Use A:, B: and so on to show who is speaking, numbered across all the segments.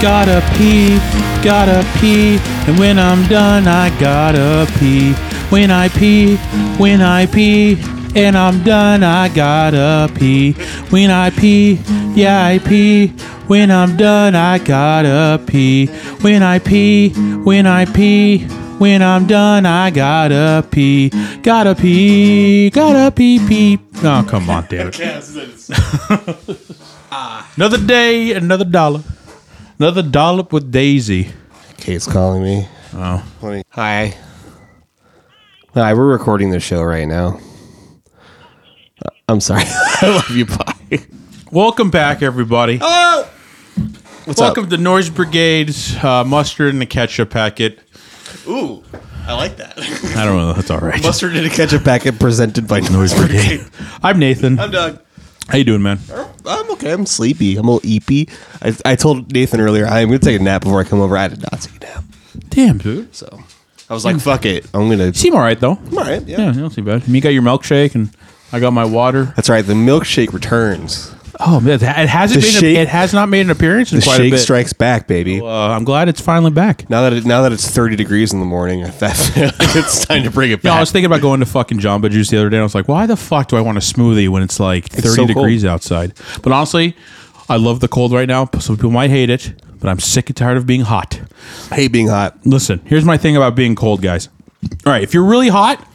A: Gotta pee, gotta pee, and when I'm done, I gotta pee. When I pee, when I pee, and I'm done, I gotta pee. When I pee, yeah, I pee. When I'm done, I gotta pee. When I pee, when I pee, when I'm done, I gotta pee. Gotta pee, gotta pee, pee. Oh, come on, David. Another day, another dollar. Another dollop with Daisy.
B: Kate's calling me.
A: Oh.
B: Let me- Hi. Hi, we're recording the show right now. Uh, I'm sorry. I love you. Bye.
A: Welcome back, everybody.
B: What's
A: Welcome to Noise Brigade's uh, Mustard and a Ketchup Packet.
B: Ooh, I like that.
A: I don't know. That's all right.
B: Mustard in a ketchup packet presented by Noise Brigade.
A: I'm Nathan.
B: I'm Doug.
A: How you doing, man?
B: I'm okay. I'm sleepy. I'm a little eepy. I, I told Nathan earlier I'm gonna take a nap before I come over. I did not take a nap,
A: Damn, dude.
B: so I was like, "Fuck it, I'm gonna."
A: Seem all right, though.
B: I'm all right.
A: Yeah, not too bad. You got your milkshake, and I got my water.
B: That's right. The milkshake returns.
A: Oh man, it hasn't
B: The
A: made
B: shake-
A: a, it has not made an appearance in
B: The
A: quite a
B: shake
A: bit.
B: strikes back, baby.
A: uh, I'm glad it's finally back.
B: Now that it, now that it's 30 degrees in the morning, I feel like it's time to bring it
A: Yeah, I
B: back.
A: was thinking about going to fucking Jamba Juice the other day. And I was like, why the fuck do I want a smoothie when it's like 30
B: so cold.
A: degrees outside? But honestly, I love the cold right now. Some people might hate it, but I'm sick and tired of being hot.
B: I hate being hot.
A: Listen, here's my thing about being cold, guys. All right, if you're really hot,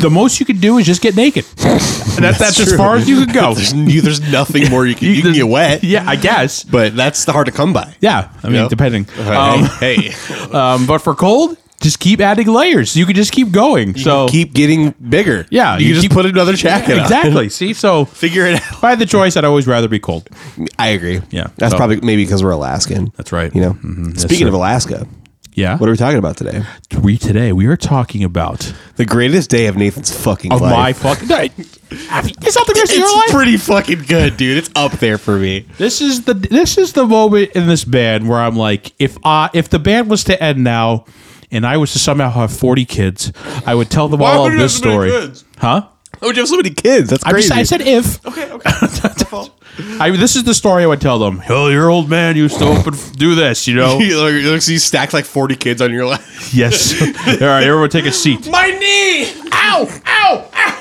A: the most you could do is just get naked. that's that's, as
B: true.
A: far as you could go.
B: There's, n- there's nothing more you can you can get wet,
A: yeah, I guess.
B: but that's the hard to come by.
A: Yeah, I mean,
B: Yeah.
A: depending. Um,
B: hey,
A: um, but for cold, just keep adding layers. You could just keep going. so
B: keep getting bigger.
A: Yeah,
B: you,
A: you
B: can
A: keep-
B: just put another jacket on.
A: exactly. See, so
B: Figure it out.
A: If I had the choice, I'd always rather be cold.
B: I agree.
A: Yeah,
B: that's
A: so-
B: probably maybe because we're Alaskan.
A: That's right.
B: You know,
A: Mhm, that's
B: speaking
A: true.
B: of Alaska,
A: Yeah.
B: what are we talking about today?
A: we today? We are talking about
B: The greatest day of Nathan's fucking
A: of
B: life.
A: my fucking day. It's not the rest of your life.
B: it's pretty fucking good, dude. It's up there for me.
A: this is the this is the moment in this band where I'm like, if I if the band was to end now, and I was to somehow have 40 kids, I would tell them
B: Why
A: all
B: would
A: of
B: you have
A: this
B: so many
A: story.
B: kids?
A: Huh?
B: Oh, you have so many kids. That's
A: I,
B: crazy.
A: just, I said if.
B: okay, okay. That's my fault.
A: I, this is the story I would tell them. Hell, your old man used to open do this, you know?
B: Oh. you, look, you, look, so you stacked like 40 kids on your lap.
A: yes. all right, everyone take a seat.
B: My knee! Ow! Ow! Ow!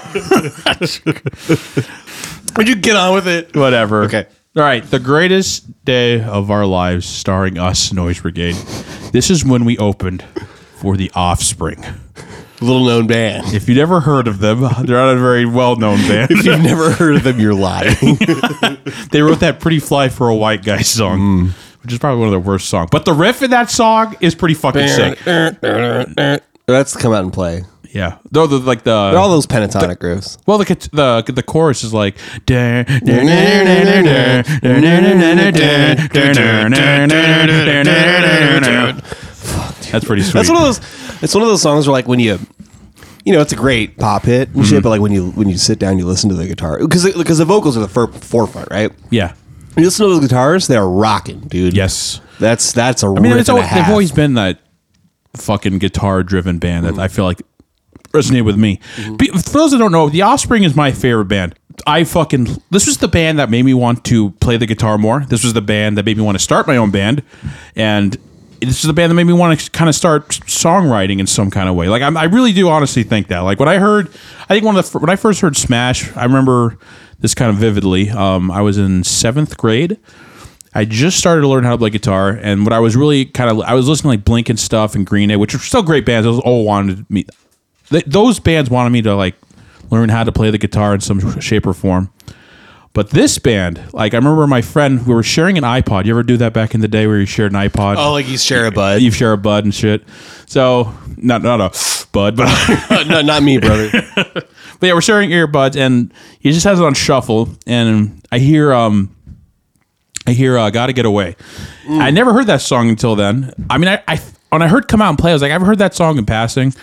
B: Would you get on with it?
A: Whatever.
B: Okay.
A: All right. The greatest day of our lives, starring us, Noise Brigade. This is when we opened for the Offspring.
B: Little known band.
A: If you'd ever heard of them, they're not a very well-known
B: If
A: band.
B: you've never heard of them, you're lying.
A: they wrote that "Pretty Fly for a White Guy" song, which is probably one of their worst songs. But the riff in that song is pretty fucking sick.
B: That's come out and play.
A: Yeah, though the like
B: All
A: the
B: those pentatonic grooves.
A: well the cat- the the chorus is like. That's pretty sweet.
B: That's one of those. It's one of those songs where, like, when you, you know, it's a great pop hit and shit. But like when you when you sit down, you listen to the guitar because because the vocals are the fir- forefront, right?
A: yeah.
B: You listen to those guitars; they're rocking, dude.
A: Yes.
B: that's that's a
A: I mean,
B: riff
A: it's
B: and a
A: always, they've
B: half.
A: always been that fucking guitar-driven band that I feel like resonated with me. Be- for those that don't know, The Offspring is my favorite band. I fucking this was the band that made me want to play the guitar more. This was the band that made me want to start my own band, and this is the band that made me want to kind of start songwriting in some kind of way. Like I'm, I really do honestly think that. Like when I heard, I think one of the fir- when I first heard Smash, I remember this kind of vividly. Um, I was in seventh grade. I just started to learn how to play guitar, and what I was really kind of I was listening to like Blink and stuff and Green Day, which are still great bands. Those all wanted me. Th- those bands wanted me to like learn how to play the guitar in some shape or form. But this band, like I remember my friend, we were sharing an iPod. You ever do that back in the day where you shared an iPod?
B: Oh, like you share a bud.
A: You share a bud and shit. So not not a bud, but
B: no, not me, brother.
A: but yeah, we're sharing earbuds, and he just has it on shuffle, and I hear um, I hear uh, "Gotta Get Away."
B: Mm.
A: I never heard that song until then. I mean, I, I when I heard "Come Out and Play," I was like, I've heard that song in passing,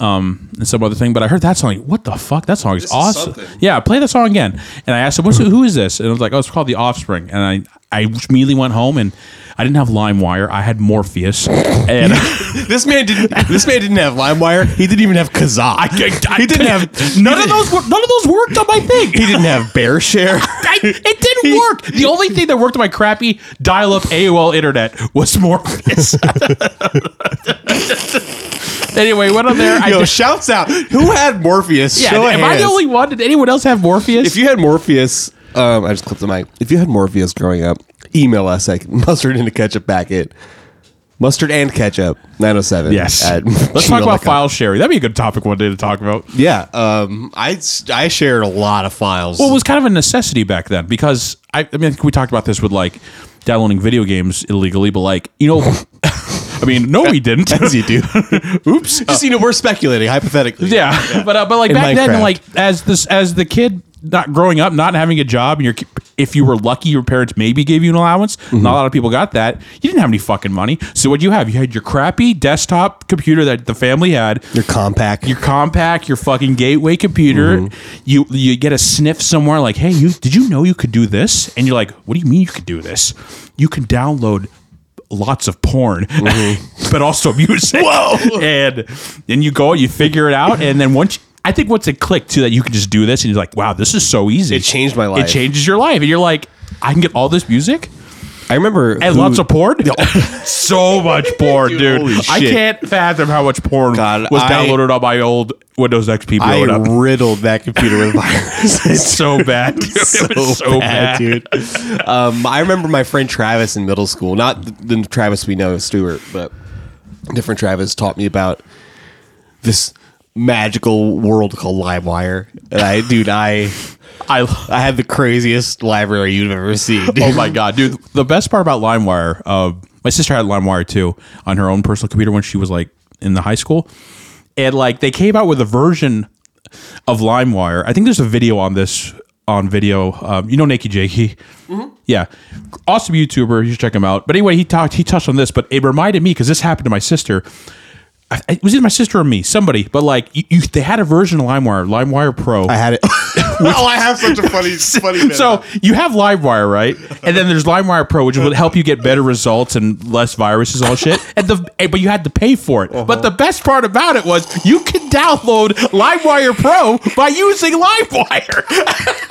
A: um, and some other thing, but I heard that song. Like, what the fuck? That song is awesome.
B: something.
A: Yeah, play the song again. And I asked him, What's, "Who is this?" And I was like, "Oh, it's called The Offspring." And I I immediately went home and I didn't have LimeWire. I had Morpheus, and
B: This man didn't. This man didn't have LimeWire. He didn't even have Kazaa. he didn't have.
A: none of those. wor- None of those worked on my thing.
B: He didn't have Bear Share.
A: I, it didn't work. The only thing that worked on my crappy dial-up AOL internet was Morpheus. anyway, went on there. I
B: Yo,
A: did-
B: shouts out. Who had Morpheus?
A: yeah,
B: Show of
A: am I the
B: hands.
A: only one? Did anyone else have Morpheus?
B: If you had Morpheus, um, I just clipped the mic. If you had Morpheus growing up, email us at mustard and a ketchup packet. Mustard and ketchup, 907.
A: yes.
B: at
A: Let's talk about
B: gmail.com.
A: file sharing. That'd be a good topic one day to talk about.
B: Yeah. Um, I, I shared a lot of files.
A: Well, it was kind of a necessity back then because I, I mean, I think we talked about this with like downloading video games illegally, but like, you know, I mean, no, we didn't.
B: as you do. Oops. Just, you know, we're speculating hypothetically.
A: Yeah, but uh, but like
B: In
A: back
B: Minecraft.
A: then, like as this as the kid not growing up, not having a job, and your if you were lucky, your parents maybe gave you an allowance.
B: Mm-hmm.
A: Not a lot of people got that. You didn't have any fucking money, so what you have, you had your crappy desktop computer that the family had.
B: Your compact.
A: Your compact, your fucking gateway computer.
B: Mm-hmm.
A: You you get a sniff somewhere like, hey, you did you know you could do this? And you're like, what do you mean you could do this? You can download lots of porn,
B: Mm-hmm.
A: but also music. Whoa! And then you go, you figure it out, and then once. You, I think once it clicked too that you can just do this, and you're like, "Wow, this is so easy."
B: It changed my life.
A: It changes your life, and you're like, "I can get all this music
B: I remember.
A: and lots of porn." so much porn, dude.
B: holy
A: I
B: shit.
A: can't fathom how much porn
B: God,
A: was
B: I-
A: downloaded on my old Windows XP.
B: I
A: blowing up.
B: riddled that computer with viruses.
A: so bad. Dude. it was so bad.
B: dude. Um, I remember my friend Travis in middle school, not the, the Travis we know, Stuart, but different Travis taught me about this magical world called Livewire. And I, dude, I,
A: I.
B: I had the craziest library you've ever seen. dude.
A: Oh my god, dude! The best part about LimeWire, uh, my sister had LimeWire too on her own personal computer when she was like in the high school, and like they came out with a version of LimeWire. I think there's a video on this on video. Um, you know, Nakey Jakey. Yeah, awesome YouTuber. You should check him out. But anyway, he talked. He touched on this, but it reminded me because this happened to my sister. I, it was either my sister or me, somebody. But like, you, you, they had a version of LimeWire, LimeWire Pro.
B: I had it.
C: oh, I have such a funny, funny. bit.
A: So you have LimeWire, right? And then there's LimeWire Pro, which would help you get better results and less viruses, and all shit. And the eh, but you had to pay for it. But the best part about it was you can download LimeWire Pro by using LimeWire.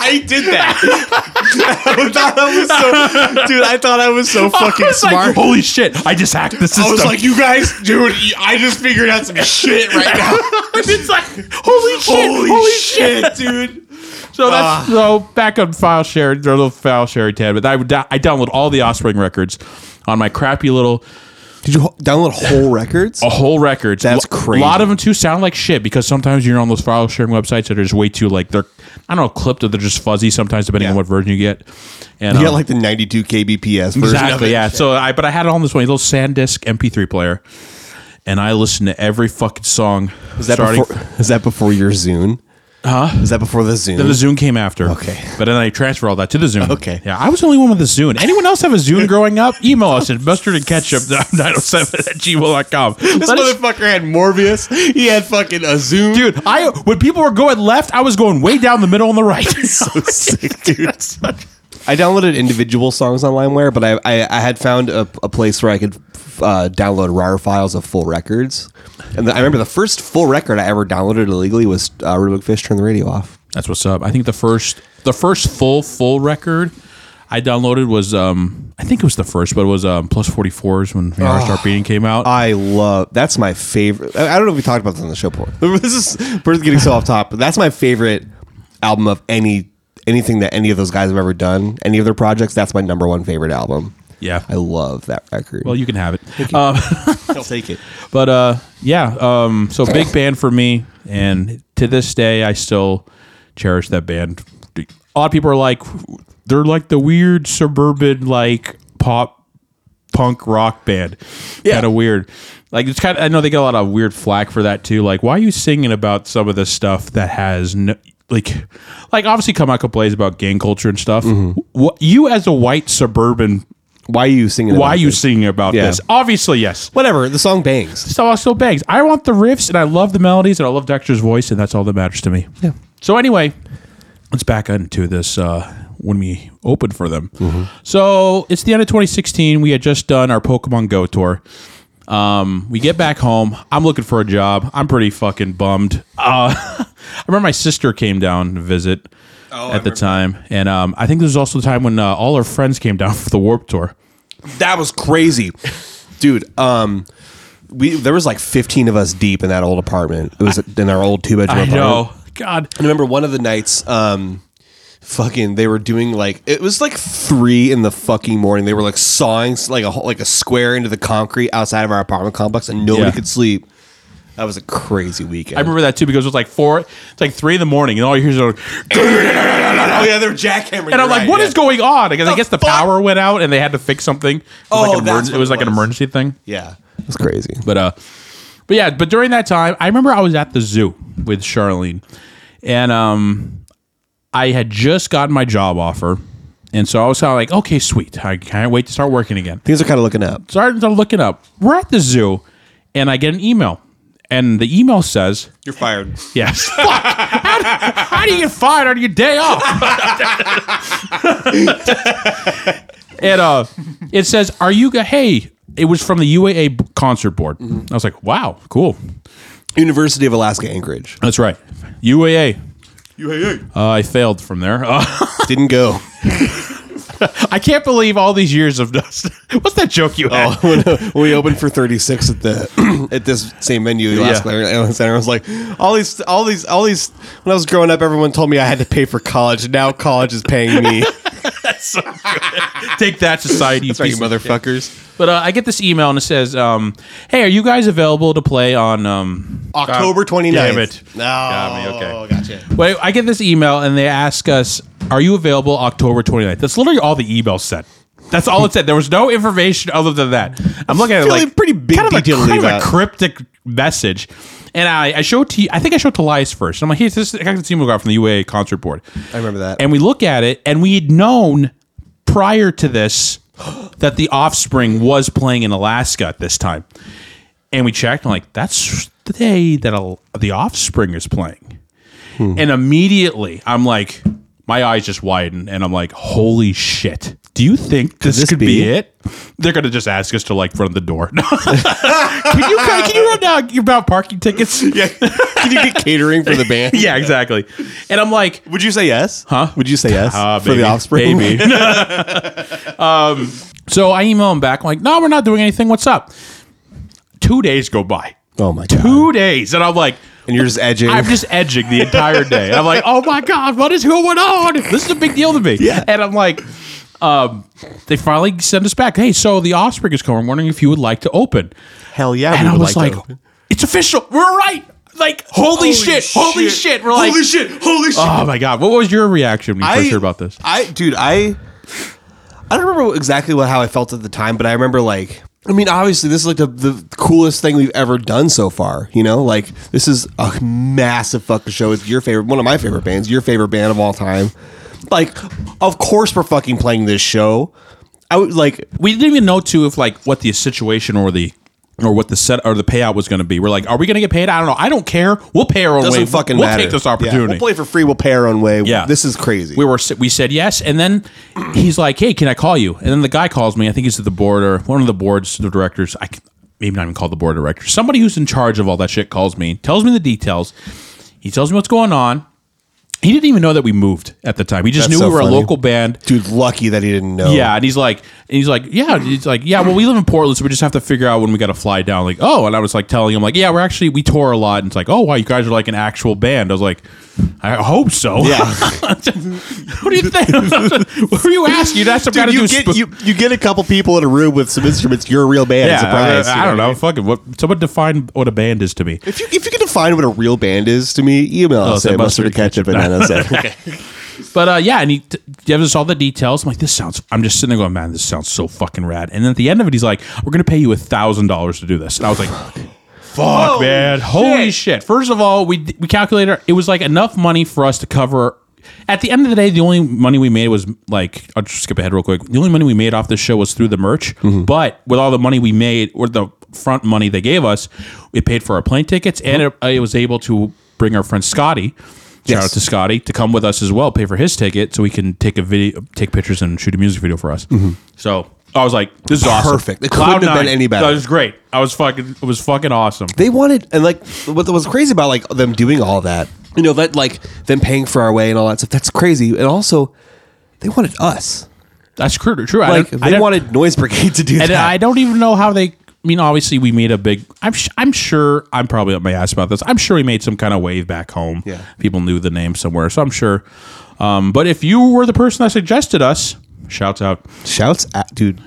B: I did that. I thought I was so, dude. I thought I was so fucking
A: It's like,
B: smart.
A: Holy shit! I just hacked the system.
C: I was like, you guys, dude, I just figured out some shit right now.
A: it's like, holy shit! Holy, shit.
B: dude.
A: So that's so back on file share, their little file sharing tab. But I would dou- I download all the offspring records on my crappy little
B: Did you ho- download whole records?
A: a whole records.
B: That's
A: Lo-
B: crazy.
A: A lot of them too sound like shit because sometimes you're on those file sharing websites that are just way too like they're I don't know clipped or they're just fuzzy sometimes depending on
B: Yeah.
A: what version you get. And
B: You
A: um,
B: got like the 92 kbps version of
A: exactly
B: it.
A: yeah. So I but I had it on this one little SanDisk MP3 player, and I listened to every fucking song.
B: Is that before? Is that before your Zune? Huh? Is that before the Zune?
A: the Zune came after.
B: Okay.
A: But then I transfer all that to the Zune.
B: Okay.
A: Yeah, I was the only one with a Zune. Anyone else have a Zune growing up? Email us at mustard and ketchup 907 at gmail.com.
B: this motherfucker had Morbius. He had fucking a Zune.
A: Dude, I when people were going left, I was going way down the middle on the right.
B: sick, dude. I downloaded individual songs on LimeWire, but I, I, I had found a, a place where I could uh, download RAR files of full records. And then I remember the first full record I ever downloaded illegally was uh, Rubik Fish Turn the Radio Off.
A: That's what's up. I think the first the first full full record I downloaded was um I think it was the first, but it was um plus forty fours when you know, Start Beating came out.
B: I love that's my favorite. I I don't know if we talked about this on the show before. This is we're getting so off top, but that's my favorite album of any anything that any of those guys have ever done. Any of their projects, that's my number one favorite album.
A: yeah.
B: I love that record.
A: well, you can have it. Um,
B: I'll take it.
A: but uh, yeah, um, so big band for me, and to this day, I still cherish that band. A lot of people are like, they're like the weird suburban like pop punk rock band, kind of weird. Like it's kind of I know they get a lot of weird flack for that too. Like why are you singing about some of this stuff that has no like like obviously come out complains about gang culture and stuff. What you as a white suburban,
B: Why are you singing?
A: why are
B: about
A: you
B: this?
A: singing about
B: Yeah.
A: this? Obviously, yes
B: Whatever. The song bangs.
A: so so bangs. I want the riffs and I love the melodies and I love Dexter's voice and that's all that matters to me. Yeah. So anyway, let's back into this uh when we opened for them. So it's the end of 2016. We had just done our Pokemon Go tour. Um, we get back home. I'm looking for a job. I'm pretty fucking bummed. Uh, I remember my sister came down to visit at the time, and um, I think this was also the time when uh, all our friends came down for the Warp Tour.
B: That was crazy, dude. Um, we there was like fifteen of us deep in that old apartment. It was in our old two bedroom.
A: I
B: apartment.
A: know. God.
B: I remember one of the nights, um, fucking, they were doing like it was like three in the fucking morning. They were like sawing like a whole- like a square into the concrete outside of our apartment complex, and nobody
A: Yeah.
B: could sleep. That was a crazy weekend.
A: I remember that too because it was like four, it's like three in the morning, and all you hear is like,
B: oh yeah, they were jackhammering.
A: and I'm like, "What is going on? Because I
B: The
A: guess the
B: fuck?
A: power went out and they had to fix something. It was
B: Oh,
A: like an
B: that's
A: emergency-
B: what
A: it was
B: it
A: like an
B: was.
A: emergency thing.
B: Yeah, it's crazy.
A: But uh, but yeah, but during that time, I remember I was at the zoo with Charlene, and um, I had just gotten my job offer, and so I was kind of like, okay, sweet, I can't wait to start working again.
B: Things are kind of looking up.
A: Started to look it up. We're at the zoo, and I get an email, and the email says,
B: You're fired.
A: "Yes, fuck, how, do- how do you get fired on your day off?" and uh, it says, "Are you? g- Hey." It was from the UAA concert board. I was like, "Wow, cool."
B: University of Alaska Anchorage
A: That's right. UAA.
C: You hey, hey.
A: Uh, I failed from there. Uh,
B: didn't go.
A: I can't believe all these years of dust. What's that joke you had?
B: we opened for 36 at the at this same venue the last
A: Yeah.
B: Clarendon Center. I was like, all these, all these, all these. When I was growing up, everyone told me I had to pay for college. and Now college is paying me.
A: Take that, society. you
B: Sorry, you
A: piece of
B: motherfuckers.
A: shit. But uh, I get this email and it says, um, "Hey, are you guys available to play on?" Um,
B: October 29th.
A: damn it.
B: No,
A: Got me, okay.
B: gotcha.
A: wait, I get this email and they ask us, "Are you available October 29th?" That's literally all the email said. That's all it said. There was no information other than that. I'm looking at it
B: Really
A: like
B: pretty big
A: kind of a,
B: detail to
A: kind
B: leave
A: of a
B: out.
A: cryptic message. And I, I showed to you, I think I showed to Elias first. I'm like, here's this this email got from the UAA concert board.
B: I remember that.
A: and we look at it and we had known prior to this that the offspring was playing in alaska at this time and we checked and like that's the day that Al- the offspring is playing and immediately i'm like my eyes just widen and i'm like holy shit do you think this,
B: this
A: could be?
B: be?
A: it they're gonna just ask us to like run the door can you can you run down about parking tickets
B: yeah. Can you get catering for the band?
A: yeah exactly and i'm like
B: Would you say yes? Huh? Would you say yes
A: Ah,
B: for
A: baby.
B: the offspring?
A: Baby. um, so I email him back. I'm like, no, we're not doing anything. What's up? Two days go by.
B: Oh my god.
A: Two days. And I'm like,
B: And you're just edging.
A: I'm just edging the entire day. And I'm like, oh my God, what is going on? This is a big deal to me.
B: Yeah.
A: And I'm like, um, they finally send us back. Hey, so the offspring is coming. I'm wondering if you would like to open.
B: Hell yeah.
A: And
B: we
A: I
B: would
A: was
B: like
A: like,
B: to open.
A: it's official. We're right. Like, holy, shit, Holy shit. We're like,
C: holy shit, holy shit.
A: oh my God. What was your reaction when you first
B: I-
A: heard about this?
B: I, dude, I, I don't remember exactly what, how I felt at the time, but I remember like, I mean, obviously, this is like the, the coolest thing we've ever done so far. You know, like this is a massive fucking show. It's your favorite, one of my favorite bands, your favorite band of all time. Like, of course, we're fucking playing this show. I would like,
A: we didn't even know too if like what the situation or the or what the set or the payout was going to be. We're like, are we going to get paid? I don't know. I don't care. We'll pay our own
B: doesn't
A: way.
B: fucking
A: we'll
B: matter.
A: take this
B: Yeah,
A: opportunity.
B: we'll play for free. We'll pay our own way.
A: Yeah.
B: this is crazy.
A: we were we said yes, and then he's like, "Hey, can I call you?" And then the guy calls me. I think he's at the board or one of the boards, the directors. I can, maybe not even called the board of directors. Somebody who's in charge of all that shit calls me, tells me the details. He tells me what's going on. He didn't even know that we moved at the time. He just
B: That's
A: knew
B: so
A: we were
B: funny.
A: a local band.
B: dude, lucky that he didn't know.
A: Yeah, and he's like, and he's like, yeah, he's like, yeah. Well, we live in Portland, so we just have to figure out when we got to fly down. Like, oh, and I was like telling him, like, yeah, we're actually we tour a lot, and it's like, oh, wow, you guys are like an actual band. I was like, I hope so.
B: Yeah.
A: what do you think? what were you asking? You asked some guy to
B: Dude,
A: do.
B: you get
A: sp-
B: you, you get a couple people in a room with some instruments. You're a real band.
A: yeah,
B: surprise!
A: I, I
B: you
A: don't know. Fucking what? Someone define what a band is to me.
B: If you if you can define what a real band is to me, email us
A: so
B: at
A: Oh, mustard
B: mustard ketchup at 907.
A: But uh, yeah, and he t- gives us all the details. I'm like, this sounds. I'm just sitting there going, man, this sounds so fucking rad. And then at the end of it, he's like, we're gonna pay you a thousand dollars to do this. And I was like, fuck, man, holy shit. First of all, we d- we calculated it was like enough money for us to cover. At the end of the day, the only money we made was like I'll just skip ahead real quick. The only money we made off this show was through the merch.
B: Mm-hmm.
A: But with all the money we made, or the front money
B: Mm-hmm.
A: they gave us, it paid for our plane tickets, and it, I was able to bring our friend Scotty. Shout out to Scotty to come with us as well, pay for his ticket so we can take a video, take pictures, and shoot a music video for us. So I was like, "This is awesome,
B: Mm-hmm. Perfect. It couldn't have been any better.
A: That was great. I was fucking, it was fucking awesome.
B: they wanted and like what was crazy about like them doing all that you know that like them paying for our way and all that stuff that's crazy and also they wanted us
A: That's true. True. I
B: like
A: don't- I
B: they
A: don't-
B: wanted noise brigade to do
A: and
B: that
A: I don't even know how they. I mean, obviously, we made a big. I'm sh- I'm sure. I'm probably up my ass about this. I'm sure we made some kind of wave back home.
B: Yeah.
A: people knew the name somewhere, so I'm sure. Um, but if you were the person that suggested us, shouts out.
B: shouts at dude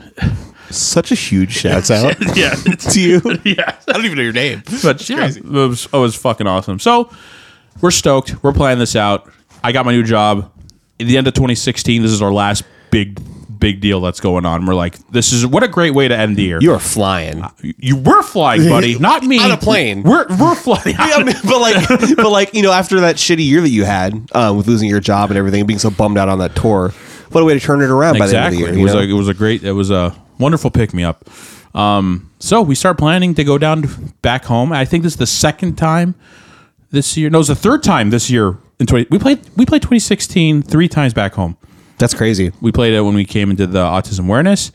B: such a huge shouts out
A: Yeah,
B: to you
A: yeah.
C: I don't even know your name.
A: But yeah,
C: crazy.
A: it was, it was fucking awesome. So we're stoked. We're planning this out. I got my new job at the end of 2016. This is our last big big deal that's going on. We're like, this is what a great way to end the year.
B: you are flying
A: you were flying, buddy, not me.
B: On a plane.
A: We're we're flying.
B: Yeah, I mean, but like but like you know after that shitty year that you had um, with losing your job and everything and being so bummed out on that tour what a way to turn it around
A: exactly.
B: by the end
A: it
B: of the year you
A: was
B: know?
A: a it was a great it was a wonderful pick me up. Um, so we start planning to go down to, back home. I think this is the second time this year. No, it's the third time this year. In 20, we played we played 2016 three times back home.
B: that's crazy
A: We played it when we came into the autism awareness,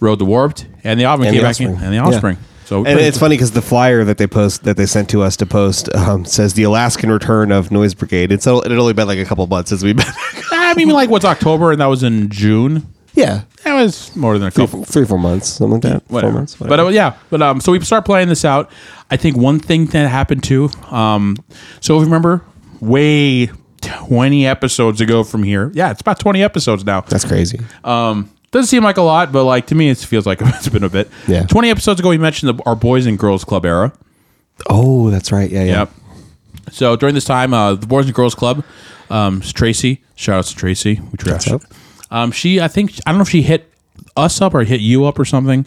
A: rode the warped, and the Auburn
B: and
A: came
B: the
A: back
B: offspring.
A: in, and the
B: Yeah.
A: offspring. So we
B: and
A: played-
B: it's funny because the flyer that they post that they sent to us to post um, says the Alaskan return of Noise Brigade. It's it had only been like a couple months since we've been.
A: I mean, like what's October, and that was in June.
B: yeah,
A: That was more than a
B: three,
A: couple.
B: three four months, something like that.
A: whatever.
B: Four months.
A: But uh, yeah, but um, so we start playing this out. I think one thing that happened too. Um, so remember, way twenty episodes ago from here. Yeah, it's about twenty episodes now.
B: that's crazy.
A: Um, doesn't seem like a lot, but like to me, it feels like it's been a bit.
B: Yeah.
A: twenty episodes ago, we mentioned the, our boys and girls club era.
B: oh, that's right. Yeah, yeah.
A: Yep. So during this time, uh, the Boys and Girls Club, um, Tracy, shout outs to Tracy, we trash.
B: up?
A: Um, she, I think, I don't know if she hit us up or hit you up or something.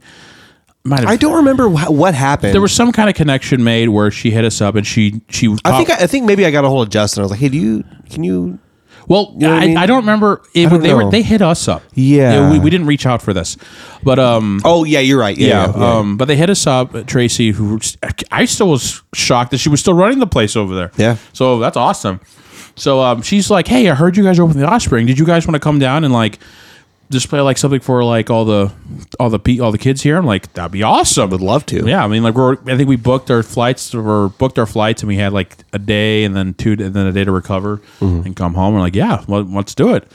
A: Might have
B: I don't remember wh- what happened.
A: there was some kind of connection made where she hit us up and she she
B: I think. I, I think maybe I got a hold of Justin. I was like, "Hey, do you? Can you?"
A: well
B: know
A: I,
B: what I
A: I,
B: mean?
A: don't remember it,
B: don't
A: they were
B: know.
A: they hit us up
B: Yeah.
A: we, we didn't reach out for this but um
B: Oh, yeah, you're right.
A: yeah, um but they hit us up Tracy who I still was shocked that she was still running the place over there
B: Yeah.
A: so that's awesome so um she's like hey I heard you guys open the offspring did you guys want to come down and like just play like something for like all the all the pe- all the kids here I'm like that'd be awesome
B: would love to.
A: Yeah, I mean, like we're. I think we booked our flights or booked our flights, and we had like a day, and then two, and then a day to recover and come home. We're like, yeah, well, let's do it.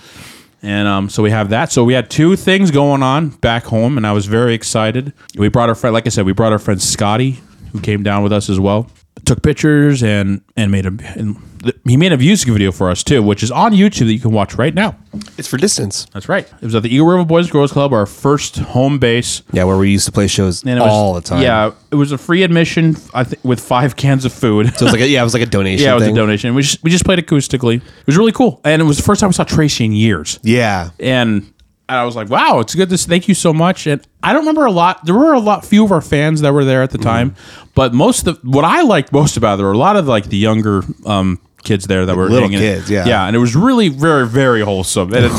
A: And um, so we have that. So we had two things going on back home, and I was very excited. We brought our friend, like I said, we brought our friend Scotty, who came down with us as well. Took pictures and and made a and th- he made a music video for us too, which is on YouTube that you can watch right now.
B: It's for distance.
A: That's right. It was at the Eagle River Boys and Girls Club, our first home base
B: Yeah, where we used to play shows
A: and it was-
B: all the time.
A: Yeah, it was a free admission. I think with five cans of food.
B: So it was like a, yeah, it was like a donation.
A: yeah, it was
B: thing.
A: a donation. We just we just played acoustically. It was really cool, and it was the first time I saw Tracy in years.
B: Yeah,
A: And I was like, wow, it's good to thank you so much. And I don't remember a lot. There were a lot few of our fans that were there at the
B: Mm-hmm.
A: time, but most of the, what I liked most about it, there were a lot of like the younger. um Kids there that were
B: Little
A: hanging-
B: kids, yeah.
A: yeah, and it was really very, very wholesome, and it,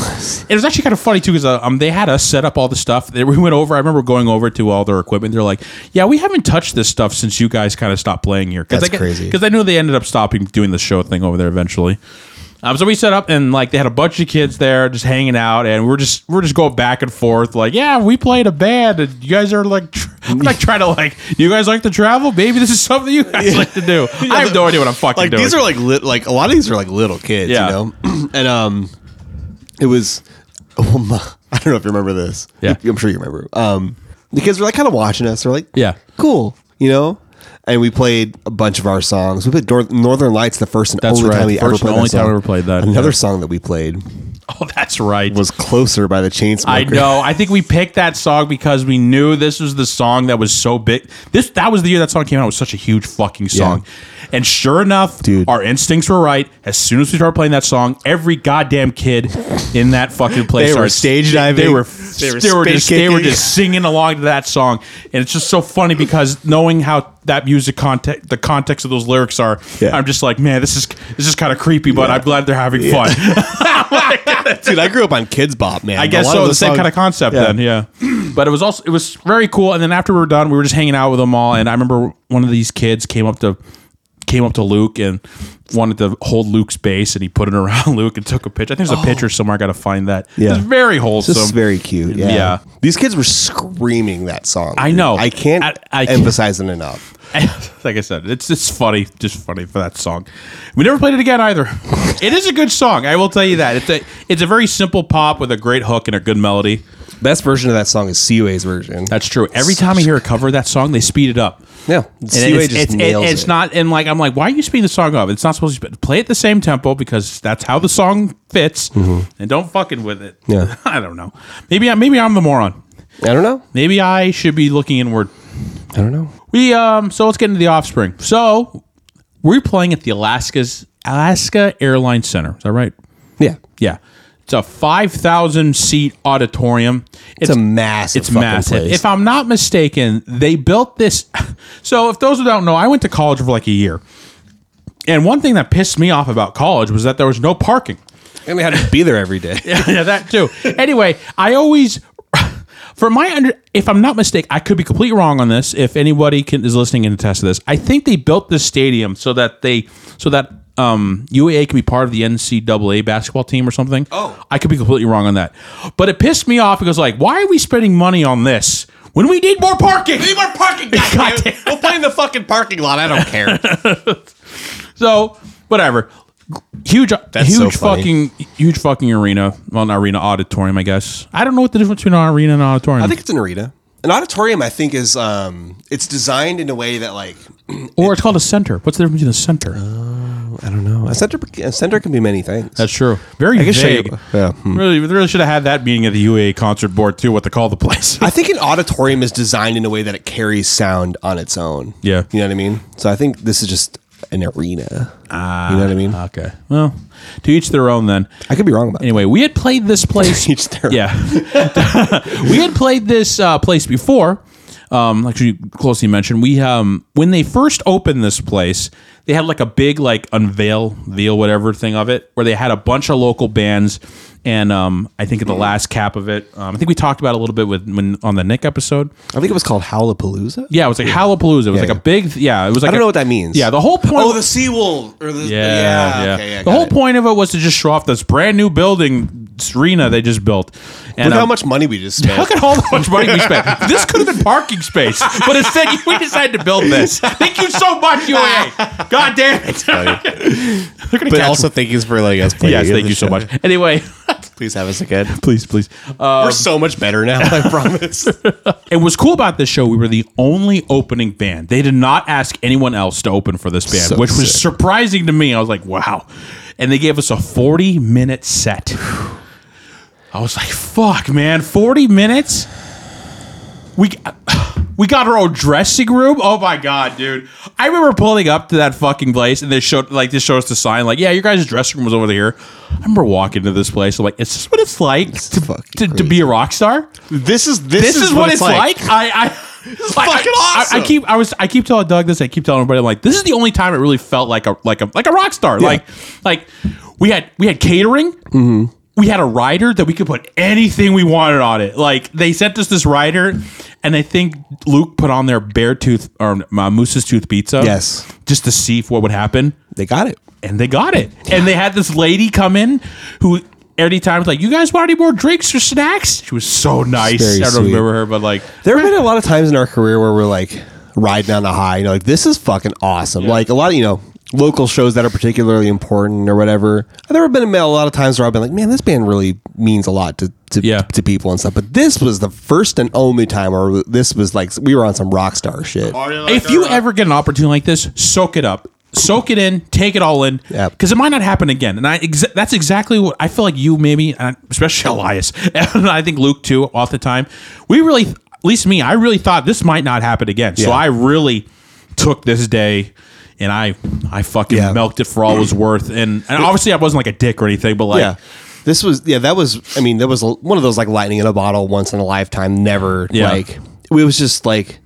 A: it was actually kind of funny too because um, they had us set up all the stuff. They, we went over. I remember going over to all their equipment. They're like, "Yeah, we haven't touched this stuff since you guys kind of stopped playing here."
B: That's crazy.
A: Because I knew they ended up stopping doing the show thing over there eventually. Um, so we set up and like they had a bunch of kids there just hanging out, and we're just we're just going back and forth. Like, yeah, we played a band, and you guys are like, tr- I'm like trying to like, you guys like to travel? Maybe this is something you guys like to do. I have no idea what I'm fucking
B: like
A: doing.
B: these are like lit, like a lot of these are like little kids,
A: Yeah.
B: you know. and um, it was oh my, I don't know if you remember this.
A: Yeah.
B: You- I'm sure you remember. Um, the kids were like kind of watching us. They're like,
A: Yeah.
B: cool, you know. And we played a bunch of our songs. We played Nor- Northern Lights the first and
A: That's
B: only
A: right,
B: time we
A: the
B: ever
A: first and
B: played.
A: only
B: that
A: time
B: song.
A: we ever played that,
B: Another
A: yeah.
B: song that we played
A: oh, that's right.
B: was "Closer" by the Chainsmokers.
A: I know. I think we picked that song because we knew this was the song that was so big. This that was the year that song came out. It was such a huge fucking song. And sure enough,
B: Dude.
A: our instincts were right. As soon as we started playing that song, every goddamn kid in that fucking place
B: They were
A: started-
B: stage
A: They
B: diving.
A: were
B: They were
A: they were just they were
B: spit-kicking.
A: just singing along to that song. And it's just so funny because knowing how that music context the context of those lyrics are,
B: Yeah.
A: I'm just like, man, this is this is kind of creepy, but I'm glad they're having fun.
B: dude. I grew up on Kids Bop, man.
A: I guess so. The same kind of concept
B: Yeah.
A: then, yeah. but it was also it was very cool. And then after we were done, we were just hanging out with them all. And I remember one of these kids came up to came up to Luke and wanted to hold Luke's base, and he put it around Luke and took a picture. I think there's a picture somewhere. I got to find that.
B: Oh. Yeah.
A: it's very
B: This
A: wholesome.
B: is very cute. Yeah.
A: Yeah.
B: These kids were screaming that song.
A: I know.
B: I can't
A: I- I can't-
B: emphasize it enough.
A: like I said, it's just funny, just funny for that song. We never played it again either. it is a good song, I will tell you that. It's a it's a very simple pop with a great hook and a good melody.
B: Best version of that song is CUA's version.
A: That's true. Every time I hear a cover of that song, they speed it up.
B: yeah.
A: And
B: CUA
A: it's,
B: just
A: it's- it-
B: nails
A: it's
B: it.
A: not and like I'm like, why are you speeding the song up? It's not supposed to be, play at the same tempo because that's how the song fits, and don't fucking with it.
B: Yeah.
A: I don't know. Maybe I maybe I'm the moron.
B: I don't know.
A: Maybe I should be looking inward.
B: I don't know.
A: We um so let's get into the offspring. So we're playing at the Alaska's Alaska Airlines Center. Is that right?
B: Yeah.
A: Yeah. It's a five thousand seat auditorium.
B: It's, a massive.
A: it's
B: fucking
A: massive.
B: place.
A: If I'm not mistaken, they built this. So, if those who don't know, I went to college for like a year, and one thing that pissed me off about college was that there was no parking.
B: and we had to be there every day.
A: yeah, that too. Anyway, I always, from my under, if I'm not mistaken, I could be completely wrong on this. If anybody can, is listening and attest to this, I think they built this stadium so that they, so that um, UAA can be part of the NCAA basketball team or something. Oh, I could be completely wrong on that, but it pissed me off because like, why are we spending money on this when we need more parking?
C: Need more parking,
A: God damn.
C: goddamn. We'll play in the fucking parking lot. I don't care.
A: So whatever. Huge,
B: That's so
A: huge
B: funny.
A: fucking, huge fucking arena. Well, an arena auditorium, I guess. I don't know what the difference between an arena and an auditorium.
B: I think it's an arena. An auditorium, I think, is um, it's designed in a way that like
A: Or it's called a center. What's the difference between a center?
B: I don't know. A center, a center can be many things.
A: Uh, That's true. Very
B: can show you-
A: vague.
B: yeah,
A: Really, really should have had that meeting at the UA concert board too. What to call the place?
B: I think an auditorium is designed in a way that it carries sound on its own.
A: Yeah.
B: you know what I mean. So I think this is just an arena.
A: Ah.
B: you know what I mean?
A: okay. Well, to each their own then.
B: I could be wrong about it.
A: Anyway, we had played this place.
B: Each their
A: yeah, we had played this uh, place before. Um, like you closely mentioned, we um when they first opened this place, they had like a big like unveil, veil, whatever thing of it, where they had a bunch of local bands, and um I think at the last cap of it, um, I think we talked about it a little bit with when on the Nick episode.
B: I think it was called Howlapalooza.
A: Yeah, it was like Hallapalooza. It was like
B: yeah.
A: a big. Yeah, it was like
B: I don't
A: a-
B: know what that means.
A: Yeah, the whole point.
B: Oh, the sea wolf or the
A: yeah, yeah.
B: okay, yeah
A: the whole point of it was to just show off this brand new building, Serena they just built. And
B: Look how
A: um,
B: much money we just spent.
A: Look at all the much money we spent. This could have been parking space, but instead we decided to build this. Thank you so much, UAA. God damn it.
C: but also, thank you for letting us play.
A: yes, thank you so much. Anyway,
C: Please have us again.
A: please, please. Um,
B: We're so much better now. I promise.
A: And what's cool about this show, we were the only opening band. They did not ask anyone else to open for this band,
B: So
A: which was
B: sick.
A: surprising to me. I was like, wow. And they gave us a 40 minute set. I was like, fuck, man, 40 minutes? We we got our own dressing room. Oh my god, dude! I remember pulling up to that fucking place, and they showed like they showed us the sign, like, "Yeah, your guys' dressing room was over here." I remember walking to this place. I'm like, "Is this what it's like to,
B: fucking
A: to, to
B: crazy.
A: be a rock star?"
C: This is this,
A: this, is, what, it's like. I, I
C: fucking
A: this I,
C: awesome.
A: I, keep I was I keep telling Doug this. I keep telling everybody. I'm like, this is the only time it really felt like a like a like a rock star. Like like we had we had catering. We had a rider that we could put anything we wanted on it. Like they sent us this rider, and I think Luke put on their bear tooth or uh, moose's tooth pizza.
B: Yes.
A: just to see if what would happen
B: they got it.
A: and they got it. And they had this lady come in who anytime was like, "You guys want any more drinks or snacks?" She was so nice.
B: very
A: I don't
B: sweet.
A: remember her, but like,
B: There have been a lot of times in our career where we're like riding on a high, you know, like this is fucking awesome. Like a lot of, you know, local shows that are particularly important or whatever. There have been a lot of times where I've been like, man, this band really means a lot to, to,
A: Yeah.
B: to people and stuff. But this was the first and only time where this was like, we were on some rock star shit.
A: if you ever get an opportunity like this, soak it up. Soak it in, take it all in,
B: Yep.
A: because it might not happen again. And I exa- that's exactly what I feel like you maybe, and especially Elias, and I think Luke too. Off the time, we really, at least me, I really thought this might not happen again. So
B: Yeah.
A: I really took this day, and I, I fucking
B: Yeah.
A: milked it for all it was worth. And, and obviously, I wasn't like a dick or anything, but like,
B: yeah. This was, yeah, that was, I mean, that was l- one of those like lightning in a bottle, once in a lifetime, never
A: Yeah.
B: like, it was just like,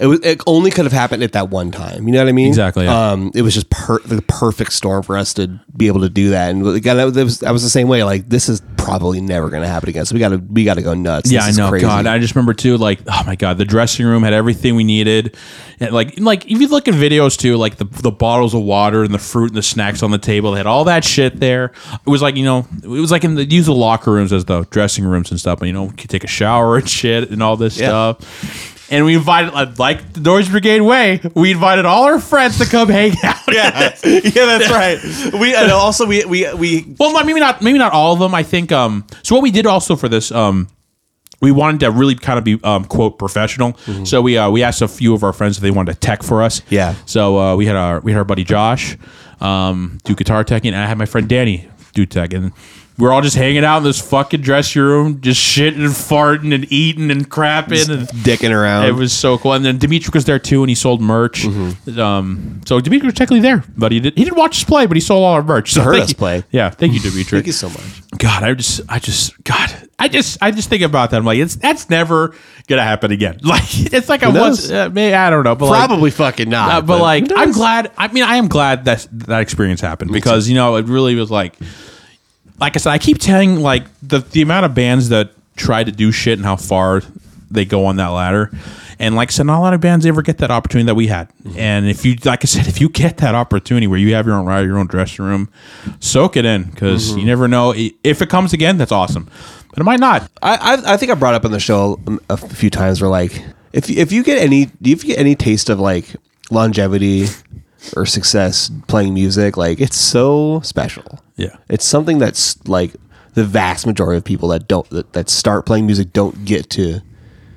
B: It, was, it only could have happened at that one time. You know what I mean?
A: Exactly, yeah.
B: Um, it was just per- the perfect storm for us to be able to do that. And again, that was, that was, that was the same way. Like this is probably never going to happen again. So we got to we got to go nuts.
A: Yeah,
B: This
A: I
B: is
A: know.
B: crazy.
A: God, I just remember too. Like, oh my God, the dressing room had everything we needed. And like, like if you look at videos too, like the the bottles of water and the fruit and the snacks on the table, they had all that shit there. It was like you know, it was like in the use the locker rooms as the dressing rooms and stuff. But you know, we could take a shower and shit and all this stuff. And we invited, like- like the Noise Brigade way, we invited all our friends to come hang out.
B: yeah, yeah, that's right. We and also we we we
A: Well, not- maybe not. Maybe not all of them. I think. Um. So what we did also for this, um, we wanted to really kind of be um quote professional. So we uh, we asked a few of our friends if they wanted to tech for us.
B: Yeah.
A: So uh, we had our we had our buddy Josh, um, do guitar teching, and I had my friend Danny do tech, and we're all just hanging out in this fucking dressing room, just shitting and farting and eating and crapping and
B: dicking around.
A: it was so cool. And then Dimitri was there too, and he sold merch.
B: Mm-hmm.
A: Um, so Dimitri was technically there, but he did he didn't watch us play, but he sold all our merch. So
B: Heard
A: thank
B: us
A: you.
B: play.
A: Yeah, thank you, Dimitri.
B: Thank you so much.
A: God, I just, I just, God, I just, I just think about that. I'm like, it's that's never gonna happen again. Like, it's like I
B: knows?
A: was, uh, may I don't know, but like-
D: Probably fucking not.
A: uh, but, like, I'm glad. I mean, I am glad that that experience happened because you know it really was like, like I said, I keep telling like the the amount of bands that try to do shit and how far they go on that ladder, and like I said, not a lot of bands ever get that opportunity that we had. And if you, like I said, if you get that opportunity where you have your own ride, your own dressing room, soak it in because you never know I- if it comes again. That's awesome, but it might not.
B: I, I I think I brought up on the show um, a few times where like if you- if you get any if you get any taste of like longevity or success playing music like it's so special.
A: Yeah.
B: It's something that's like the vast majority of people that don't that, that start playing music don't get to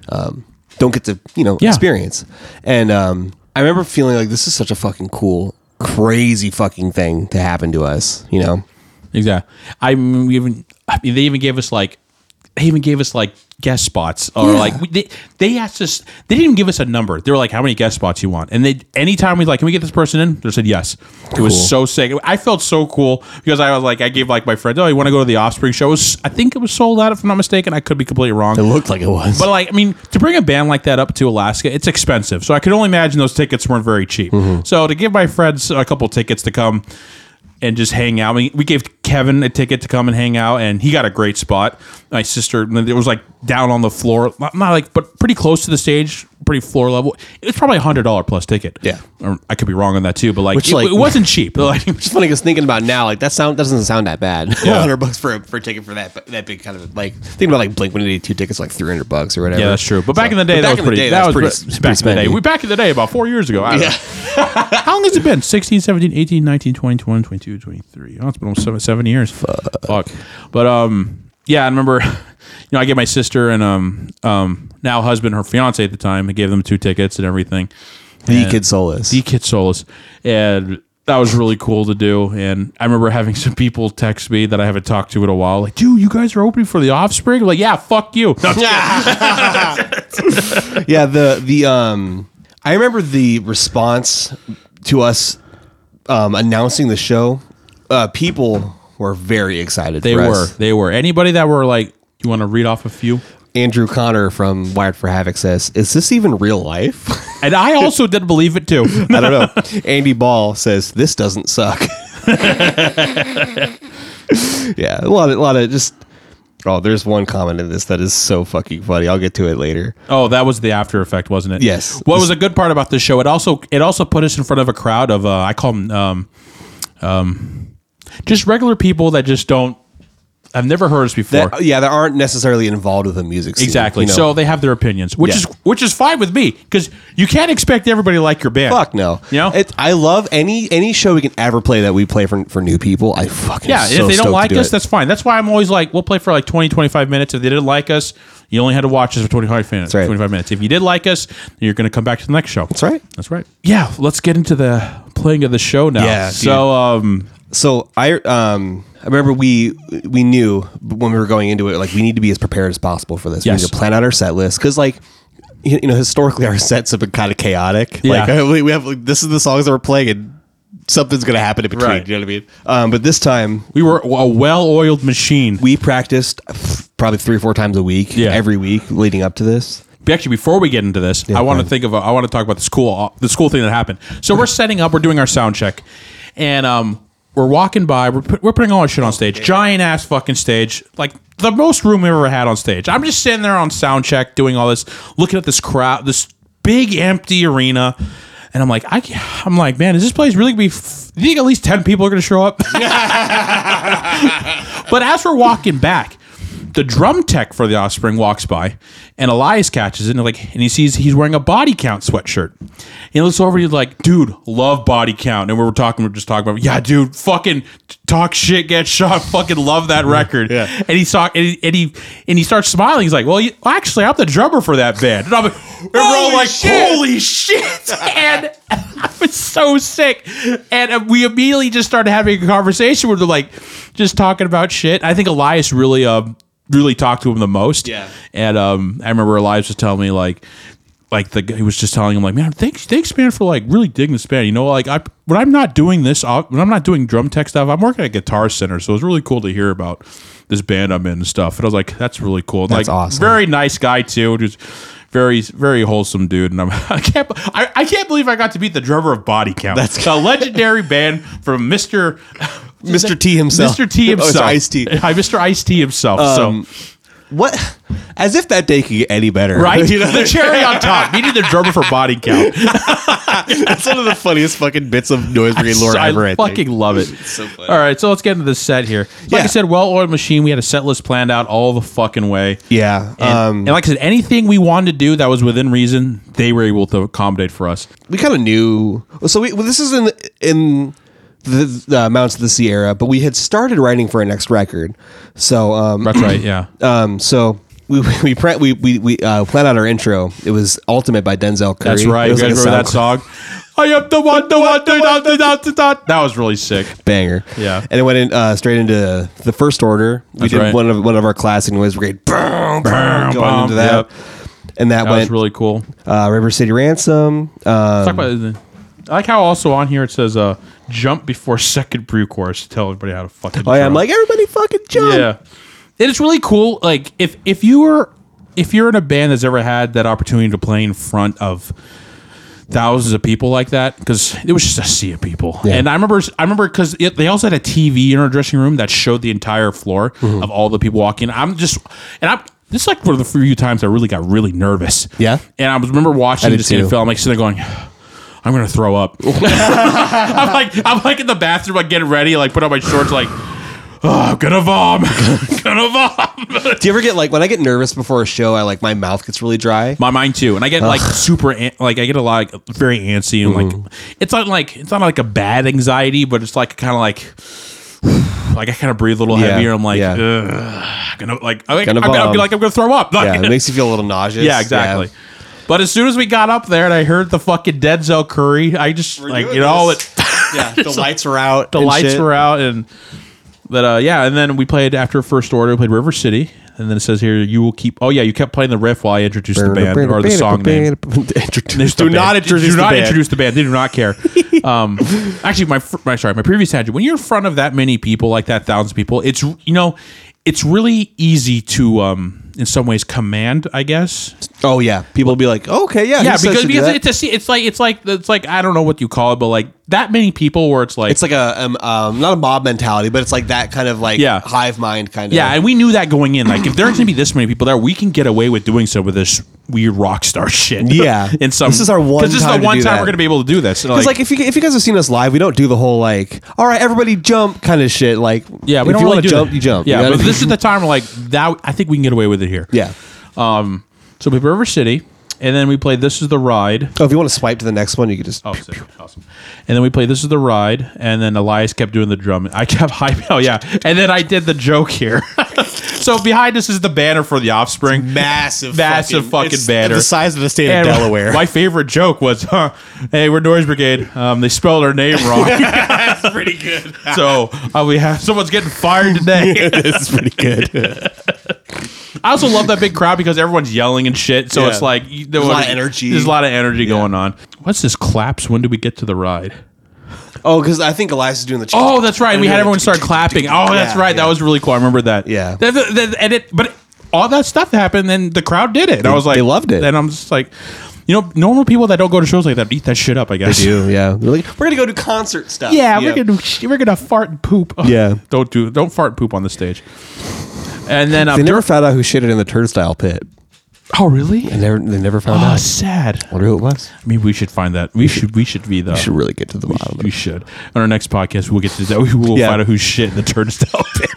B: um don't get to, you know,
A: Yeah.
B: experience. And um I remember feeling like this is such a fucking cool crazy fucking thing to happen to us, you know.
A: Exactly. I mean, we even I mean, they even gave us like they even gave us like guest spots or like we, they they asked us they didn't even give us a number. They were like, "How many guest spots you want?" And they anytime we like, "Can we get this person in?" They said yes. It was so sick. I felt so cool because I was like, I gave like my friends, "Oh, you want to go to the Offspring show?" It was, I think it was sold out if I'm not mistaken. I could be completely wrong.
B: It looked like it was.
A: But like, I mean, to bring a band like that up to Alaska, it's expensive. So I could only imagine those tickets weren't very cheap.
B: Mm-hmm.
A: So to give my friends a couple tickets to come and just hang out, I mean, we gave Kevin a ticket to come and hang out, and he got a great spot. My sister, it was like down on the floor, not not like, but pretty close to the stage, pretty floor level. It's probably a hundred dollar plus ticket.
B: Yeah.
A: Or I could be wrong on that too, but like,
B: Which,
A: it,
B: like-
A: it wasn't cheap. Like,
B: It's funny because thinking about it now, like that sound that doesn't sound that bad.
A: Yeah.
B: 100 bucks for a, for a ticket for that that big kind of like thinking about like Blink 182 tickets like 300 bucks or whatever.
A: yeah, that's true. But back in
B: So-
A: the day, that
B: but back
A: was
B: in the
A: pretty.
B: day,
A: that was
B: pretty-
A: pretty,
B: pretty
A: back in the day.
B: spendy.
A: We back in the day about four years ago. I don't know. How long has it been? 16, 17, 18, 19, 20, 21, 22, 23. Oh, it's been almost seven, seven years. Fuck. But um, yeah, I remember, you know, I gave my sister and um, um, now husband, her fiance at the time, I gave them two tickets and everything.
B: The Kid Solis.
A: The Kid Solis. And that was really cool to do. And I remember having some people text me that I haven't talked to in a while, like, dude, you guys are opening for the offspring? I'm like, yeah, fuck you. No, I'm just
B: yeah, the the um I remember the response to us um announcing the show. Uh people were very excited.
A: They
B: for
A: were.
B: us.
A: They were. Anybody that were like, you want to read off a few?
B: Andrew Connor from Wired for Havoc says, "Is this even real life?"
A: And I also didn't believe it too.
B: I don't know. Andy Ball says this doesn't suck. yeah, a lot of, lot of just. Oh, there's one comment in this that is so fucking funny. I'll get to it later.
A: Oh, that was the after effect, wasn't it?
B: Yes.
A: What was a good part about this show? It also it also put us in front of a crowd of uh, I call them um, um, just regular people that just don't I've never heard us before.
B: That, yeah, that aren't necessarily involved with the music. Scene,
A: exactly.
B: you know?
A: So they have their opinions, which
B: Yeah.
A: is which is fine with me because you can't expect everybody to like your band.
B: fuck no.
A: You know?
B: It's- I love any any show we can ever play that we play for for new people. I fucking
A: Yeah, if
B: So
A: they
B: stoked to
A: don't like
B: do
A: us,
B: it.
A: that's fine. That's why I'm always like, we'll play for like 20, 25 minutes. If they didn't like us, you only had to watch us for 25 minutes.
B: right.
A: 25 minutes. If you did like us, you're going to come back to the next show. That's
B: right.
A: That's right. Yeah, let's get into the playing of the show now.
B: Yeah, dude.
A: So, um,
B: so I um I remember we we knew when we were going into it like we need to be as prepared as possible for this.
A: Yes.
B: We need to plan out our set list because like you you know historically our sets have been kind of chaotic.
A: Yeah.
B: Like we- we have like, this is the songs that we're playing and something's gonna happen in between.
A: Right.
B: You know what I mean? Um, but this time
A: we were a well oiled machine.
B: we practiced probably three or four times a week
A: Yeah.
B: every week leading up to this
A: But actually, before we get into this, I want to think of a, I want to talk about the school uh, the school thing that happened. So we're setting up, we're doing our sound check, and um, we're walking by, we're, put, we're putting all our shit on stage, giant ass fucking stage, like the most room we have ever had on stage. I'm just sitting there on sound check doing all this, looking at this crowd, this big empty arena. And I'm like, I, I'm like, man, is this place really gonna be? F- do you think at least ten people are gonna show up? But as we're walking back, the drum tech for the offspring walks by, and Elias catches it, and like, and he sees he's wearing a body count sweatshirt. And he looks over, and he's like, "Dude, love body count." And we were talking, we were just talking about, yeah, dude, fucking talk shit, get shot, fucking love that record.
C: Yeah.
A: And he saw, and he, and he and he starts smiling. He's like, "Well, you, actually, I'm the drummer for that band." And I'm like, we're all
C: Holy
A: like,
C: shit.
A: "Holy shit!" and I was so sick. And uh, we immediately just started having a conversation where they're like, just talking about shit. I think Elias really, uh, really talked to him the most.
C: Yeah.
A: And um, I remember Elias was telling me like, like the guy- he was just telling him like, man, thanks, thanks, man, for like really digging this band. You know, like I when I'm not doing this, uh, when I'm not doing drum tech stuff, I'm working at Guitar Center, so it's really cool to hear about this band I'm in and stuff. And I was like, that's really cool. And,
B: That's
A: like,
B: awesome.
A: Very nice guy too. Just very, very wholesome dude. And I'm, I can't, I, I can't believe I got to meet the drummer of Body Count. That's a legendary band from Mister.
B: Mr. T himself.
A: Mr. T
B: Oh, it's
A: himself.
B: Ice T.
A: Hi, Mr. Ice T himself.
B: Um,
A: so
B: What? As if that day could get any better.
A: right, the cherry on top. Meeting the drummer for Body Count.
B: That's one of the funniest fucking bits of noise brigade lore
A: I
B: ever. I
A: fucking
B: think.
A: love it.
B: so funny.
A: All right, so let's get into the set here. Like
B: Yeah.
A: I said, well-oiled machine. We had a set list planned out all the fucking way.
B: Yeah.
A: And,
B: um,
A: and like I said, anything we wanted to do that was within reason, they were able to accommodate for us.
B: we kind of knew. So we, well, this is in in the, the Mountains of the Sierra, but we had started writing for our next record. So um,
A: That's right. Yeah.
B: um, so we we pre- we we, we uh, planned out our intro. It was Ultimate by Denzel Curry.
A: That's right.
B: It
A: You
B: was
A: guys
B: like a
A: remember that
B: SoundCloud
A: song? I am the one, the one, the one, the one, the one. That was really sick.
B: banger.
A: Yeah.
B: and it went in, uh, straight into the first order. We
A: That's
B: did
A: right.
B: one of one of our classic noise brigade. Boom, boom, going
A: boom,
B: into that.
A: yep.
B: And that,
A: That was
B: went
A: really cool.
B: uh, River City Ransom. Uh,
A: Talk about the- I like how also on here it says uh, jump before second brew course. Tell everybody how to fucking.
B: oh yeah, I'm
A: jump.
B: like everybody fucking jump.
A: Yeah, and it's really cool. Like if if you were if you're in a band that's ever had that opportunity to play in front of thousands of people like that because it was just a sea of people and i remember i remember because they also had a tv in our dressing room that showed the entire floor of all the people walking i'm just and i'm this is like one of the few times i really got really nervous
B: Yeah?
A: and i was- remember watching
B: did
A: this scene
B: too.
A: film like sitting there going i'm gonna throw up i'm like i'm like in the bathroom like getting ready like put on my shorts like Oh, I'm gonna vom. gonna vom.
B: Do you ever get like when I get nervous before a show? I like my mouth gets really dry.
A: My mind too, and I get like super, an- like I get a lot, like, very antsy, and like it's not like it's not like a bad anxiety, but it's like kind of like, like I kind of breathe a little
B: Yeah,
A: heavier. I'm like,
B: yeah.
A: ugh, gonna like, I,
B: Gonna
A: am gonna,
B: vom.
A: like I'm gonna throw up.
B: Yeah, it makes you feel a little nauseous.
A: Yeah, exactly. But as soon as we got up there and I heard the fucking Denzel Curry, I just like
B: doing
A: you know
B: this.
A: it.
B: Yeah, the lights were out.
A: the lights were out and that uh yeah and then we played after first order we played river city and then it says here you will keep oh yeah you kept playing the riff while i introduced the band or the song name Introduce the
B: Do not
A: band.
B: introduce.
A: do
B: the
A: not
B: band.
A: introduce the band they do not care um actually my, fr- my sorry my previous tangent when you're in front of that many people like that thousands of people it's you know it's really easy to um in some ways command i guess
B: Oh yeah, people will be like, oh, okay, yeah,
A: yeah
B: here's how I
A: because,
B: should do
A: because
B: that.
A: it's a se- it's like it's like it's like i don't know what you call it but like that many people where it's like
B: it's like a um, um, not a mob mentality, but it's like that kind of like
A: Yeah.
B: hive mind kind of.
A: Yeah, and we knew that going in. Like, if there's going to be this many people there, we can get away with doing so with this weird rock star shit.
B: Yeah.
A: in some
B: This is our one
A: 'cause this
B: time
A: is
B: to
A: the one
B: do
A: time
B: that.
A: we're going to be able to do this. And,
B: Because like, if you if you guys have seen us live, we don't do the whole like, all right, everybody jump kind of shit. Like,
A: yeah, we don't
B: if you
A: really
B: wanna
A: do
B: jump,
A: that.
B: you jump. You
A: Yeah, but
B: know what I
A: this is
B: mean?
A: the time we're like that. I think we can get away with it here.
B: yeah.
A: Um. So we played River City, and then we played This Is the Ride.
B: Oh, if you want to swipe to the next one, you could just.
A: Oh, sick. awesome. And then we played This Is the Ride, and then Elias kept doing the drum. I kept hyping. Oh, yeah. And then I did the joke here. so behind us is the banner for The Offspring.
C: Massive,
A: Massive fucking
C: it's
A: banner.
C: The size of the state of
A: And
C: Delaware.
A: My favorite joke was, huh, "Hey, we're Noise Brigade. Um, they spelled our name wrong,
C: That's pretty good.
A: so uh, we have someone's getting fired today."
C: That's pretty good.
A: I also love that big crowd because everyone's yelling and shit, so
B: Yeah.
A: it's like you- there
B: There's a
A: was-
B: lot of energy.
A: There's a lot of energy going on. What's this claps? When do we get to the ride?
B: Oh, because I think Elias is doing the.
A: Oh, that's right. We had everyone start clapping. Oh, that's
B: Yeah,
A: right. That
B: yeah.
A: was really cool. I remember that.
B: Yeah.
A: That- that- that- and it, but all that stuff happened, and the crowd did it. And I was like,
B: they loved it.
A: And I'm just like, you know, normal people that don't go to shows like that eat that shit up. I guess.
B: do, yeah. They're like, we're gonna go do concert stuff.
A: Yeah, we're gonna we're gonna fart and poop.
B: Yeah.
A: don't do don't fart and poop on the stage. And then
B: They
A: um,
B: never found out who shit it in the turnstile pit.
A: oh really?
B: They never, they never found
A: Oh,
B: out.
A: sad.
B: wonder who it was.
A: I mean, we should find that. We should we should be the.
B: Should really get to the bottom. of
A: we
B: it.
A: should. On our next podcast, we'll get to that. We will
B: Yeah.
A: find out who's shit in the turnstile pit.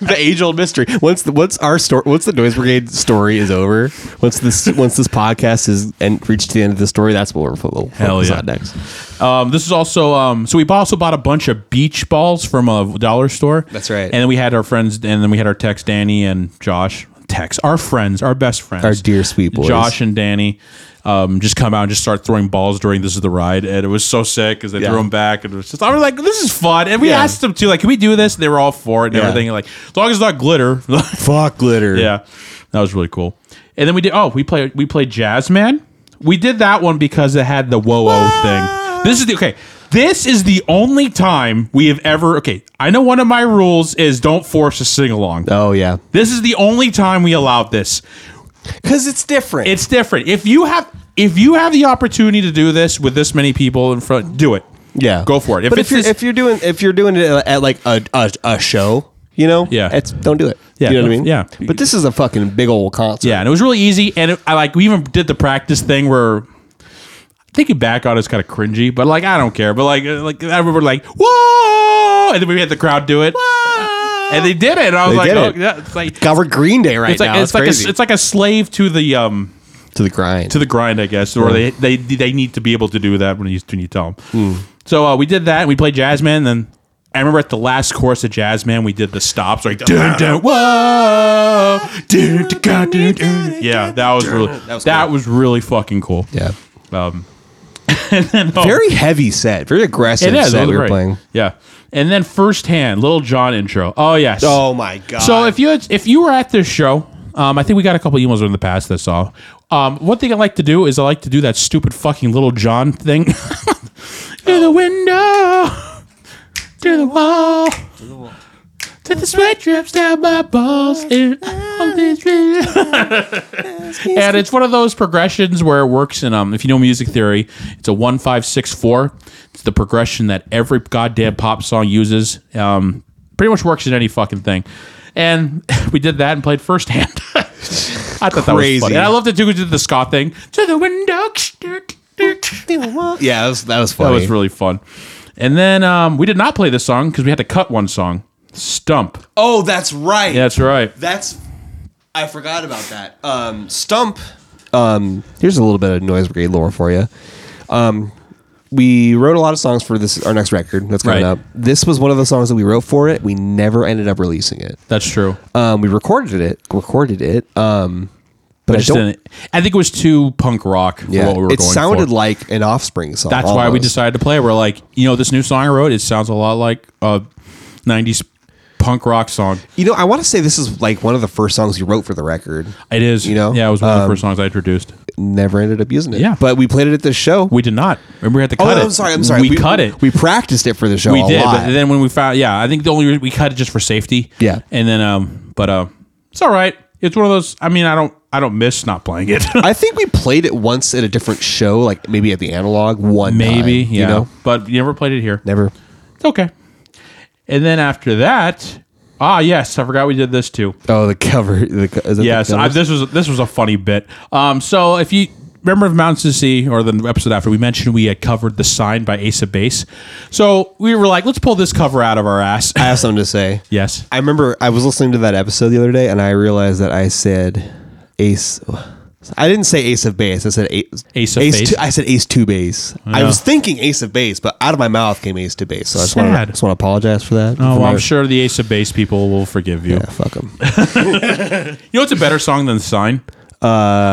B: the age old mystery. Once the, once our story, once the Noise Brigade story is over, once this once this podcast is and reached the end of the story, that's what we're we'll
A: Hell
B: focus
A: yeah.
B: on next.
A: Um, this is also um, so we bought- also bought a bunch of beach balls from a dollar store.
B: That's right.
A: And then we had our friends, and then we had our techs, Danny and Josh. Techs, our friends, our best friends,
B: Our dear sweet boys.
A: Josh and Danny, um, just come out and just start throwing balls during this is the ride, and it was so sick because they
B: Yeah.
A: threw them back, and it was just I was like, this is fun, and we
B: Yeah.
A: asked them too, like, can we do this? And they were all for it and
B: Yeah.
A: everything, like as long as it's not glitter.
B: Fuck glitter.
A: yeah, that was really cool. And then we did. Oh, we played we played Jazz Man. We did that one because it had the whoa oh thing. This is the okay. This is the only time we have ever. Okay, I know one of my rules is don't force a sing along.
B: Oh yeah.
A: This is the only time we allowed this.
B: Because it's different.
A: It's different. If you have if you have the opportunity to do this with this many people in front, do it.
B: yeah.
A: go for it. If
B: If but
A: it's
B: if you're
A: this-
B: if you're doing if you're doing it at like a a, a show, you know,
A: Yeah.
B: it's don't do it.
A: Yeah,
B: You know what I
A: no,
B: mean?
A: yeah.
B: But this is a fucking big old concert.
A: Yeah, and it was really easy. And it, I like we even did the practice thing where thinking back on it's kind of cringy, but like I don't care. But like uh, like I remember like whoa, and then we had the crowd do it, and they did it. And I was
B: They
A: like,
B: did
A: oh,
B: it.
A: yeah, it's like
B: God, we're Green Day right
A: it's like
B: now.
A: it's, like a,
B: crazy.
A: it's like a slave to the um
B: to the grind.
A: to the grind, I guess, or they, they they need to be able to do that when you when you tell them. So uh, we did that. and We played Jazzman. Then I remember at the last course of Jazzman, we did the stops like dun, dun, whoa, dun, dun, dun, dun, dun. yeah, that was really that was,
B: was cool.
A: really fucking cool.
B: yeah.
A: Um, and then, oh,
B: Very heavy set. Very
A: it
B: aggressive
A: is
B: set
A: that was
B: we were
A: great.
B: playing.
A: Yeah, and then firsthand, Little John intro. Oh yes.
B: Oh my god.
A: So if you had, if you were at this show, um, I think we got a couple emails in the past that saw. Um, one thing I like to do is I like to do that stupid fucking little John thing. to the window, to the wall, to the sweat drips down my balls. and all this- And it's one of those progressions where it works in um. If you know music theory, it's a one five six four. It's the progression that every goddamn pop song uses. Um, pretty much works in any fucking thing. And we did that and played firsthand. I thought that was
B: Crazy.
A: funny. And I loved it too. We did the ska thing to the window.
B: yeah, that was, that was
A: That
B: funny.
A: was really fun. And then um, we did not play this song because we had to cut one song. Stump.
B: Oh, that's right.
A: That's right.
B: That's I forgot about that. Um, Stump. Um, here's a little bit of noise brigade lore for you. Um, we wrote a lot of songs for this our next record that's coming
A: Right.
B: up. This was one of the songs that we wrote for it. We never ended up releasing it.
A: That's true.
B: Um, we recorded it, recorded it. Um, but I
A: Just
B: don't.
A: didn't- I think it was too punk rock for
B: Yeah,
A: what we were
B: it
A: going
B: sounded
A: for.
B: like an Offspring song.
A: That's why we
B: almost.
A: decided to play. it. We're like, you know, this new song I wrote, it sounds a lot like a 90s punk rock song.
B: You know, I want to say this is like one of the first songs you wrote for the record.
A: It is.
B: You know, Um,
A: Yeah, it was one of the first songs I introduced.
B: Never ended up using it.
A: Yeah.
B: but we played it at this show.
A: We did not. Remember, we had to
B: oh,
A: cut it.
B: I'm sorry. I'm sorry.
A: We, cut it.
B: We practiced it for the show.
A: we
B: a
A: did,
B: lot.
A: but then when we found, yeah, I think the only reason we cut it just for safety.
B: Yeah.
A: and then um, but uh, it's all right. It's one of those. I mean, I don't, I don't miss not playing it.
B: I think we played it once at a different show, like maybe at the analog one.
A: Maybe,
B: time,
A: yeah,
B: you know,
A: but you never played it here.
B: never.
A: It's okay. And then after that, ah, yes, I forgot we did this too.
B: Oh, the cover. The, co- is that the
A: Yes, I,
B: covers?
A: this was this was a funny bit. Um, so if you remember Mountains to Sea or the episode after, we mentioned we had covered the sign by Ace of Base. So we were like, let's pull this cover out of our ass.
B: I have something to say.
A: yes,
B: I remember I was listening to that episode the other day, and I realized that I said Ace. I didn't say Ace of Base. I said Ace,
A: Ace of Base? Oh.
B: Two, I said Ace Two Base. I was thinking Ace of Base, but out of my mouth came Ace Two Base. So I just want
A: Sad.
B: to just want to apologize for
A: Oh,
B: that. For
A: well,
B: my-
A: I'm sure the Ace of Base people will forgive you.
B: Yeah, fuck them.
A: You know it's a better song than Sign? Uh,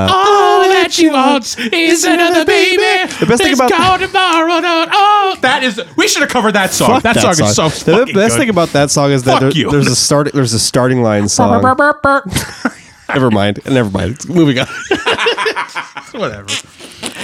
A: all that you want is another baby. The
B: best thing It's about- gone
A: tomorrow, oh, that is. We should have covered that song.
B: Fuck
A: That, song, is so
B: The
A: fucking
B: best
A: good.
B: thing about that song is that
A: Fuck
B: there-
A: you.
B: there's a start. There's a starting line song. Never mind. Never mind. It's moving on.
A: Whatever.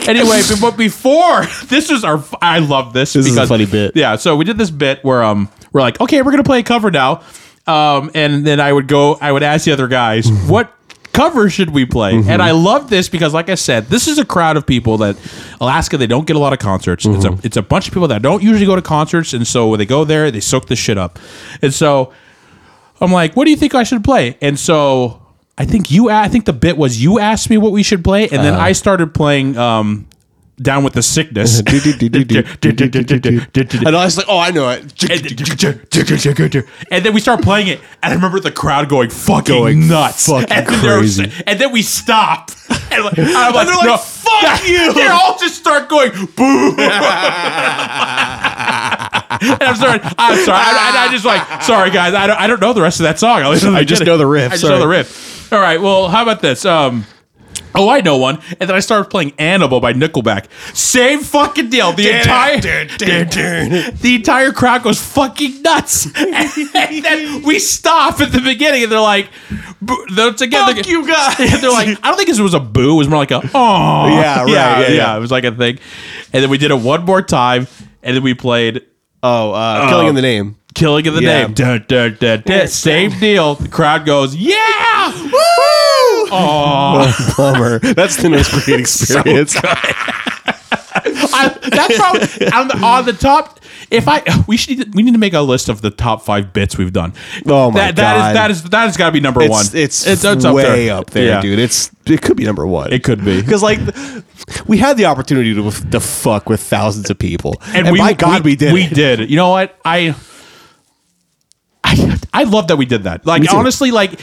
A: Anyway, but- but before this is our, I love this.
B: is a funny bit.
A: Yeah. So we did this bit where um we're like, okay, we're gonna play a cover now. Um, and then I would go, I would ask the other guys,
B: Mm-hmm.
A: what cover should we play? And I love this because, like I said, this is a crowd of people that Alaska, they don't get a lot of concerts. It's,
B: Mm-hmm.
A: a, it's a bunch of people that don't usually go to concerts. And so when they go there, they soak this shit up. And so I'm like, what do you think I should play? And so I think you, I think the bit was you asked me what we should play. And then
B: Uh-huh.
A: I started playing, um, down with the sickness.
B: Do, do, do, do, do, do, do, do, do, do. And I was like, oh, I know it.
A: and then we start playing it, and I remember the crowd going fucking
B: Going
A: nuts,
B: fucking
A: and then they were-
B: crazy.
A: and then we stop, and, like, I'm like,
B: they're like,
A: "No."
B: "Fuck
A: Yeah,
B: you."
A: They all just start going boo. and I'm sorry, I'm sorry, I, and I just like sorry guys, I don't, I don't know the rest of that song. I, listen to
B: I just
A: beginning.
B: know the riff,
A: I just
B: sorry.
A: know the riff. All right, well, how about this? Um. Oh, I know one. And then I started playing Animal by Nickelback. Same fucking deal. The entire the entire crowd goes fucking nuts. and then we stop at the beginning and they're like, boo- they're together.
B: Fuck you guys.
A: They're like, I don't think this was a boo. It was more like a, oh.
B: Yeah, right, yeah, yeah.
A: It was like a thing. And then we did it one more time. And then we played
B: Oh, uh, killing in the name.
A: Killing of the
B: Yeah.
A: Name. Dun, dun, dun, dun. Same deal. The crowd goes, yeah. Woo!
B: Bummer. That's the most great experience.
A: I, that's probably on the, on the top. If I we should need to- we need to make a list of the top five bits we've done.
B: Oh my
A: that, that is
B: God.
A: that is that has got to be number one.
B: it's, it's way up there,
A: Yeah.
B: dude. It's it could be number one.
A: It could be.
B: because like we had the opportunity to, to fuck with thousands of people, and,
A: we,
B: by God, we, did.
A: We
B: it.
A: did. You know what? I, I, I love that we did that.
B: Me
A: Like
B: too.
A: honestly, like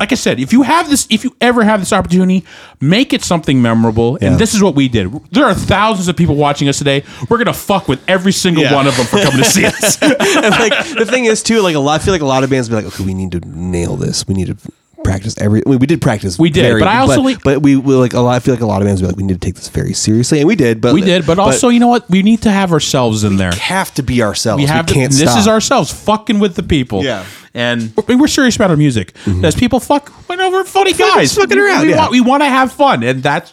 A: like I said, if you have this, if you ever have this opportunity, make it something memorable.
B: Yeah.
A: And this is what we did. There are thousands of people watching us today. We're gonna fuck with every single
B: Yeah.
A: one of them for coming to see us.
B: and like the thing is too, like a lot. I feel like a lot of bands be like, okay, we need to nail this. We need to practice every. We, we did practice.
A: We did, but I also
B: but,
A: like-
B: but we will like a lot. I feel like a lot of bands be like, we need to take this very seriously, and we did. But
A: We did, but also, you know what? We need to have ourselves in there.
B: have to be ourselves.
A: We have to,
B: can't.
A: this
B: stop.
A: is ourselves fucking with the people.
B: Yeah.
A: and I mean, we're serious about our music.
B: Mm-hmm.
A: As people fuck, went over funny guys,
B: fucking
A: We-
B: around,
A: We,
B: yeah.
A: want, we want to have fun, and that's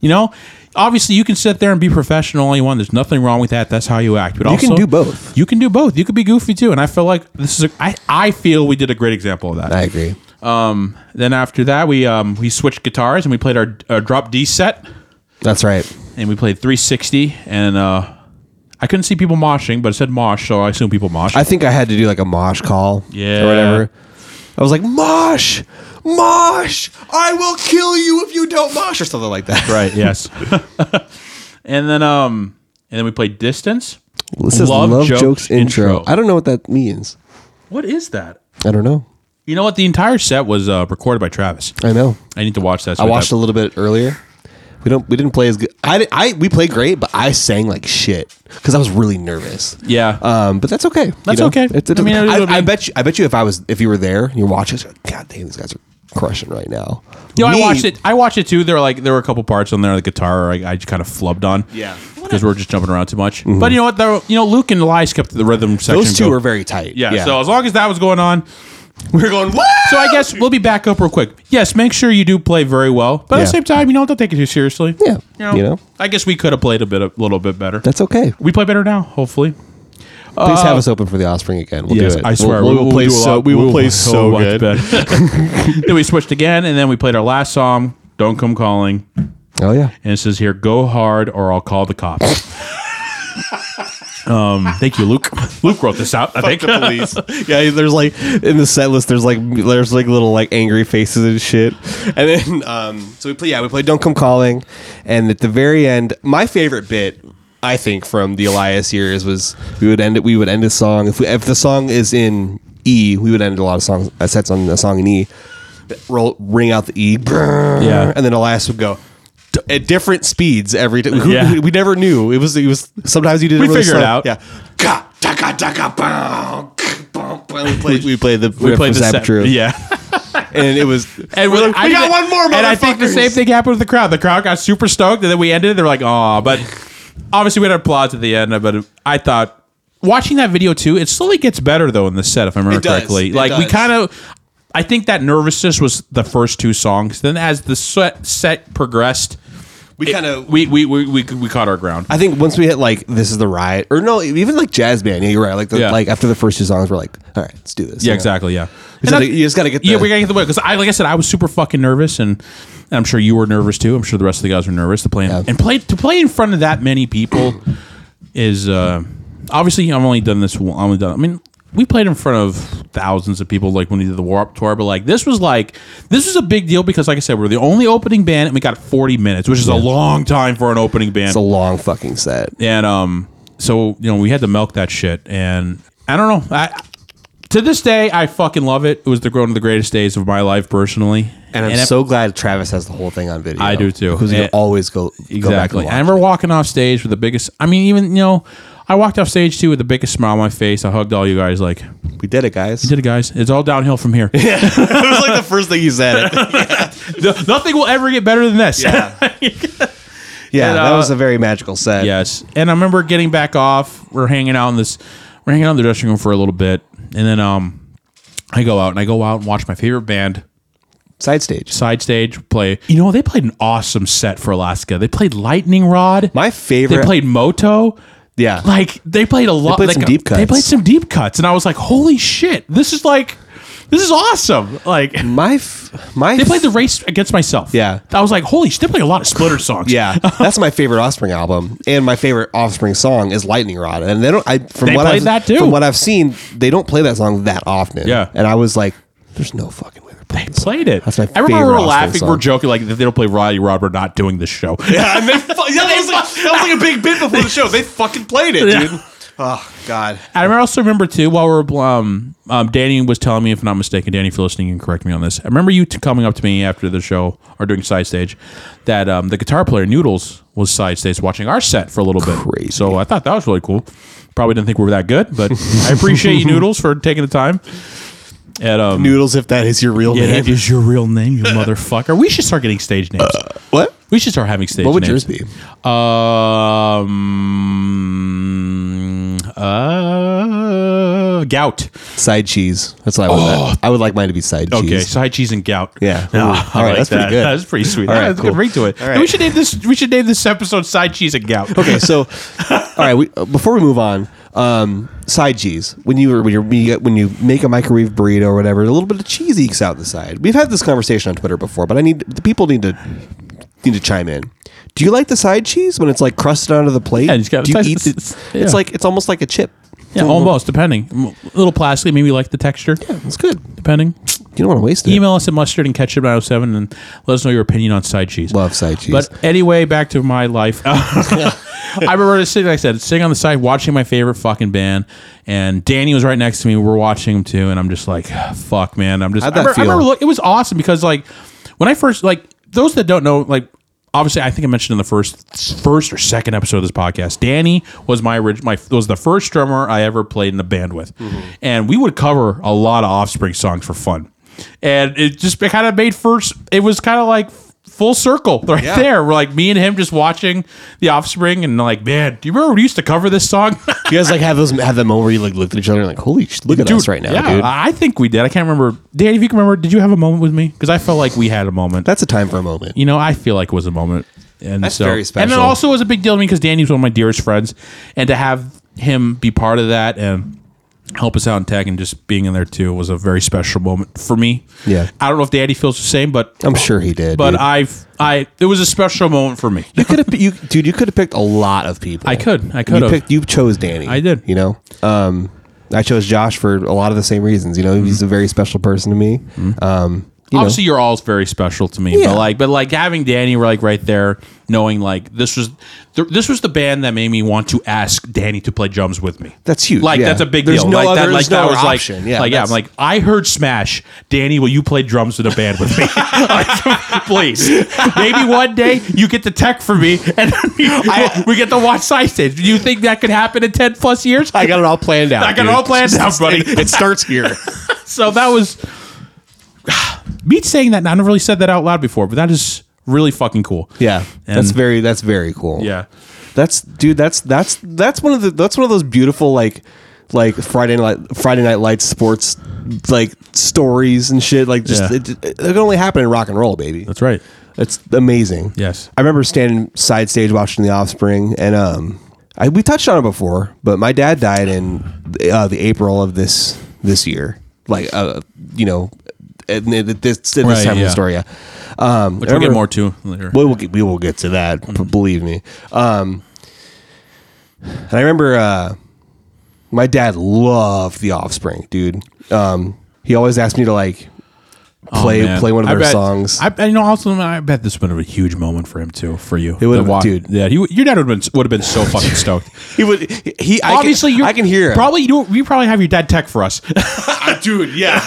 A: you know. Obviously, you can sit there and be professional all you want. There's nothing wrong with that. That's how you act. But
B: You
A: also,
B: can do both.
A: You can do both. You could be goofy too. And I feel like this is. A, I I feel we did a great example of that.
B: I agree.
A: Um. Then after that, we um we switched guitars and we played our, our drop D set
B: That's right.
A: and we played 360 and uh I couldn't see people moshing, but it said mosh, so I assume people mosh.
B: I think I had to do like a mosh call.
A: Yeah.
B: Or whatever. I was like, mosh, mosh, I will kill you if you don't mosh, or something like that.
A: right, yes. and then um and then we played distance.
B: This is Love, Jokes, intro. I don't know what that means.
A: What is that?
B: I don't know.
A: You know what? The entire set was uh, recorded by Travis.
B: I know.
A: I need to watch that. so
B: I watched
A: that-
B: a little bit earlier. We don't. We didn't play as good. I. di- I. We played great, but I sang like shit because I was really nervous.
A: Yeah.
B: Um. But that's okay. you
A: That's
B: know?
A: okay.
B: It's- it
A: I mean,
B: doesn't-
A: it is
B: I,
A: what it
B: I
A: means.
B: bet you. I bet you if I was if you were there and you're watching, it's like, God damn, these guys are crushing right now.
A: you know, I
B: Me-
A: watched it. I watched it too. There were like there were a couple parts on there, the guitar I, I just kind of flubbed on.
B: Yeah.
A: because we were just jumping around too much. But you know what? Though you know, Luke and Elias kept the rhythm section.
B: Mm-hmm. Those two
A: going.
B: were very tight.
A: Yeah, So as long as that was going on,
B: we were going. Whoa!
A: So I guess we'll be back up real quick. Yes, make sure you do play very well, but at
B: Yeah.
A: the same time, you know, don't take it too seriously.
B: Yeah, you know.
A: I guess we could have played a bit, a little bit better.
B: That's okay.
A: we play better now, hopefully.
B: Please have us open for the offspring again. We'll
A: Uh, Yes,
B: do it.
A: I swear
B: We'll,
A: we
B: we'll
A: will
B: play
A: do a
B: so
A: lot- we
B: we will
A: will
B: play
A: so
B: so
A: much
B: good.
A: better. then we switched again, and then we played our last song, "Don't Come Calling,"
B: Oh yeah.
A: and it says here, "Go hard or I'll call the cops." um, thank you, Luke. Luke wrote this out. I think.
B: police. yeah, there's like in the set list. There's like there's like little like angry faces and shit. And then um, so we play. Yeah, we play. Don't come calling. And at the very end, my favorite bit. I think from the Elias years was we would end it. We would end a song if we, if the song is in E, we would end a lot of songs uh, sets on a song in E. Roll, ring out the E, brrr,
A: Yeah.
B: and then Elias would go d- at different speeds every time. We-
A: Yeah.
B: We, we never knew it was. It was sometimes you did.
A: We
B: it really
A: figured it
B: slow.
A: out.
B: Yeah,
C: Ka, taka, taka, bow, k, bow, bow. We
B: played,
C: played-
B: we played the
A: We played the set.
B: Zapatru,
A: Yeah.
B: and it was
A: And
B: we're
A: we
B: like,
A: I
C: "We
A: think
C: got
A: that-
C: one more,
A: And I think the
C: motherfuckers."
A: same thing happened with the crowd. The crowd got super stoked, and then we ended. They're like, "Oh!" But obviously, we had applause at the end. But I thought watching that video too, it slowly gets better though in the set, if I remember
B: It does.
A: correctly.
B: It
A: like we
B: does.
A: kind of, I think that nervousness was the first two songs. Then as the set set progressed,
B: We kind of
A: we, we we we we caught our ground.
B: I think once we hit like this is the riot or no even like jazz band yeah you're right like the,
A: Yeah.
B: like after the first two songs we're like all right let's do this
A: Yeah,
B: you know?
A: exactly. Yeah,
B: You just
A: And
B: gotta-
A: that-
B: you just gotta get
A: yeah,
B: the-
A: we gotta get the way because I, like I said, I was super fucking nervous, and, and I'm sure you were nervous too. I'm sure the rest of the guys were nervous to play in-
B: Yeah.
A: and play to play in front of that many people is uh, obviously I've only done this. one- I've only done. I mean, we played in front of thousands of people like when we did the Warp Tour, but like this was like this was a big deal because like I said, we're the only opening band, and we got 40 minutes, which is a long time for an opening band.
B: it's a long fucking set
A: And um, so you know, we had to milk that shit. And I don't know. I to this day, I fucking love it. It was the one of the greatest days of my life personally.
B: and I'm
A: it-
B: so glad Travis has the whole thing on video
A: I do too.
B: because you
A: And-
B: can always go go back
A: exactly.
B: and
A: I
B: watch.
A: remember walking off stage with the biggest. I mean, even you know, I walked off stage too with the biggest smile on my face. I hugged all you guys. Like,
B: we did it guys
A: did it, guys? It's all downhill from here.
B: it was like the first thing you said
A: No- Nothing will ever get better than this.
B: yeah
A: And,
B: that
A: uh,
B: was a very magical set
A: Yes. And I remember getting back off. We're hanging out in this. We're hanging out in the dressing room for a little bit, and then um, I go out and I go out and watch my favorite band
B: side stage
A: side stage play. You know they played an awesome set for Alaska. They played Lightning Rod.
B: my favorite
A: they played Moto.
B: yeah
A: Like they played a lot.
B: played
A: like,
B: some deep
A: They
B: cuts.
A: played some deep cuts, and I was like, "Holy shit! This is like, this is awesome!" Like
B: my f- my
A: they played the race against myself.
B: Yeah.
A: I was like, "Holy shit!" They played a lot of Splitter songs.
B: Yeah, that's my favorite Offspring album, and my favorite Offspring song is Lightning Rod. And they don't. I from
A: They
B: what
A: played
B: I've
A: that too.
B: from what I've seen, they don't play that song that often.
A: Yeah.
B: and I was like, "There's no fucking way they're playing." this
A: played it.
B: That's my
A: I remember we
B: favorite
A: were
B: Offspring
A: laughing, we we're
B: song.
A: joking like that they don't play Roddy Rod. We're not doing this show.
B: Yeah, and they,
C: Yeah, that was, like, that was like a big bit before the show. They fucking played it, dude.
B: oh God,
A: I remember- also remember too while we are um, um Danny was telling me if I'm not mistaken, Danny if you're listening, you can correct me on this. I remember you t- coming up to me after the show or during side stage that um the guitar player Noodles was side stage watching our set for a little bit.
B: Crazy.
A: So I thought that was really cool. Probably didn't think we were that good, but I appreciate you Noodles for taking the time. And um
B: Noodles, if that is your real
A: yeah,
B: name,
A: that is your real name, you motherfucker. We should start getting stage names.
B: what?
A: We should start having stage
B: What would
A: names.
B: yours be?
A: Um, uh, gout.
B: Side cheese. That's what I would.
C: Oh.
B: like. I would like mine to be side cheese.
A: Okay, side cheese and gout.
B: Yeah.
A: No,
B: Ooh.
A: I
B: All right,
A: like
B: that's pretty
A: that.
B: good.
A: That's pretty sweet.
B: All
A: Yeah,
B: right,
A: that's a
B: cool.
A: good ring to it.
B: All right.
A: We should name this. We should name this episode "Side Cheese and Gout."
B: Okay, so all right. We, uh, before we move on, um, side cheese. When you when you when you- when you make a microwave burrito or whatever, a little bit of cheese ekes out the side. We've had this conversation on Twitter before, but I need the people need to need to chime in. Do you like the side cheese when it's like crusted onto the plate?
A: Yeah, it's got-
B: Do you
A: it's-
B: eat it?
A: it's-
B: It's,
A: yeah.
B: like it's almost like a chip.
A: Yeah, almost depending. M- A little plastic, maybe like the texture.
B: It's good.
A: Depending.
B: You don't want to waste it.
A: Email us at mustard and ketchup 907 and let us know your opinion on side cheese.
B: Love side cheese.
A: But anyway, back to my life. I remember just sitting, like I said, sitting on the side watching my favorite fucking band, and Danny was right next to me. We were watching him too, and I'm just like, fuck, man. I'm just.
B: How'd
A: I
B: that
A: remember, I remember
B: feel?
A: look, it was awesome because like when I first like those that don't know like. Obviously, I think I mentioned in the first, first or second episode of this podcast, Danny was my orig- my was the first drummer I ever played in a band with,
B: Mm-hmm.
A: and we would cover a lot of Offspring songs for fun, and it just kind of made first. It was kind of like full circle right
B: Yeah.
A: there. We're like me and him just watching The Offspring, and like, man, do you remember we used to cover this song?
B: you guys like have those have that moment where you like looked at each other and like, holy, sh- look at us right now,
A: yeah,
B: dude.
A: I I think we did. I can't remember, Danny. If you can remember, did you have a moment with me? Because I felt like we had a moment.
B: That's a time for a moment.
A: you know, I feel like it was a moment. And
B: That's
A: so,
B: very
A: And it
B: special.
A: also was a big deal to me because Danny's one of my dearest friends, and to have him be part of that and help us out in tech and just being in there too was a very special moment for me.
B: Yeah.
A: I don't know if Danny feels the same, but
B: I'm sure he did.
A: but
B: dude.
A: I've I it was a special moment for me.
B: you could have, you dude, you could have picked a lot of people.
A: I could, I could
B: you
A: have.
B: picked you chose Danny.
A: I did.
B: You know, um, I chose Josh for a lot of the same reasons. You know, he's a very special person to me. Um, you know,
A: Obviously, you're all very special to me,
B: Yeah.
A: but like, but like having Danny like right there, knowing like this was th- this was the band that made me want to ask Danny to play drums with me.
B: That's huge,
A: Like
B: yeah.
A: that's a big
B: There's
A: deal.
B: no
A: like that,
B: other-
A: like
B: there's no
A: that was
B: option.
A: like,
B: Yeah,
A: like yeah. I'm
B: that's-
A: like, I heard Smash, Danny. Will you play drums in a band with me? Like, please, maybe one day you get the tech for me, and we get to watch side stage. Do you think that could happen in ten plus years?
B: I got it all planned out.
A: I got it
B: dude.
A: all planned out, buddy.
B: It starts here.
A: So that was me saying that. and I never really said that out loud before, but that is really fucking cool.
B: yeah,
A: And-
B: that's very that's very cool.
A: Yeah.
B: that's dude. That's that's that's one of the that's one of those beautiful like like Friday night Friday Night Lights sports like stories and shit. Like just
A: Yeah.
B: it, it, it can only happen in rock and roll, baby.
A: That's right.
B: That's amazing.
A: Yes.
B: I remember standing side stage watching The Offspring, and um, I, we touched on it before, but my dad died in uh, the April of this this year, like uh, you know, at, at this, at this
A: Right,
B: time of
A: yeah.
B: the story. Yeah. Um,
A: Which we'll get more Mm-hmm. to later.
B: we will get, we will get to that. b- Believe me. Um, and I remember uh, my dad loved The Offspring, dude. Um, he always asked me to like
A: Oh,
B: play
A: man.
B: play one of
A: I
B: their
A: bet-
B: songs.
A: I, I- you know, also I bet this would have been a huge moment for him too. For you, it
B: would've- dude.
A: Yeah, he, would- your dad would have been would have been so fucking stoked.
B: he would he I
A: Obviously,
B: can,
A: you're,
B: I can hear him.
A: Probably you. We probably have your dad tech for us,
C: dude, yeah.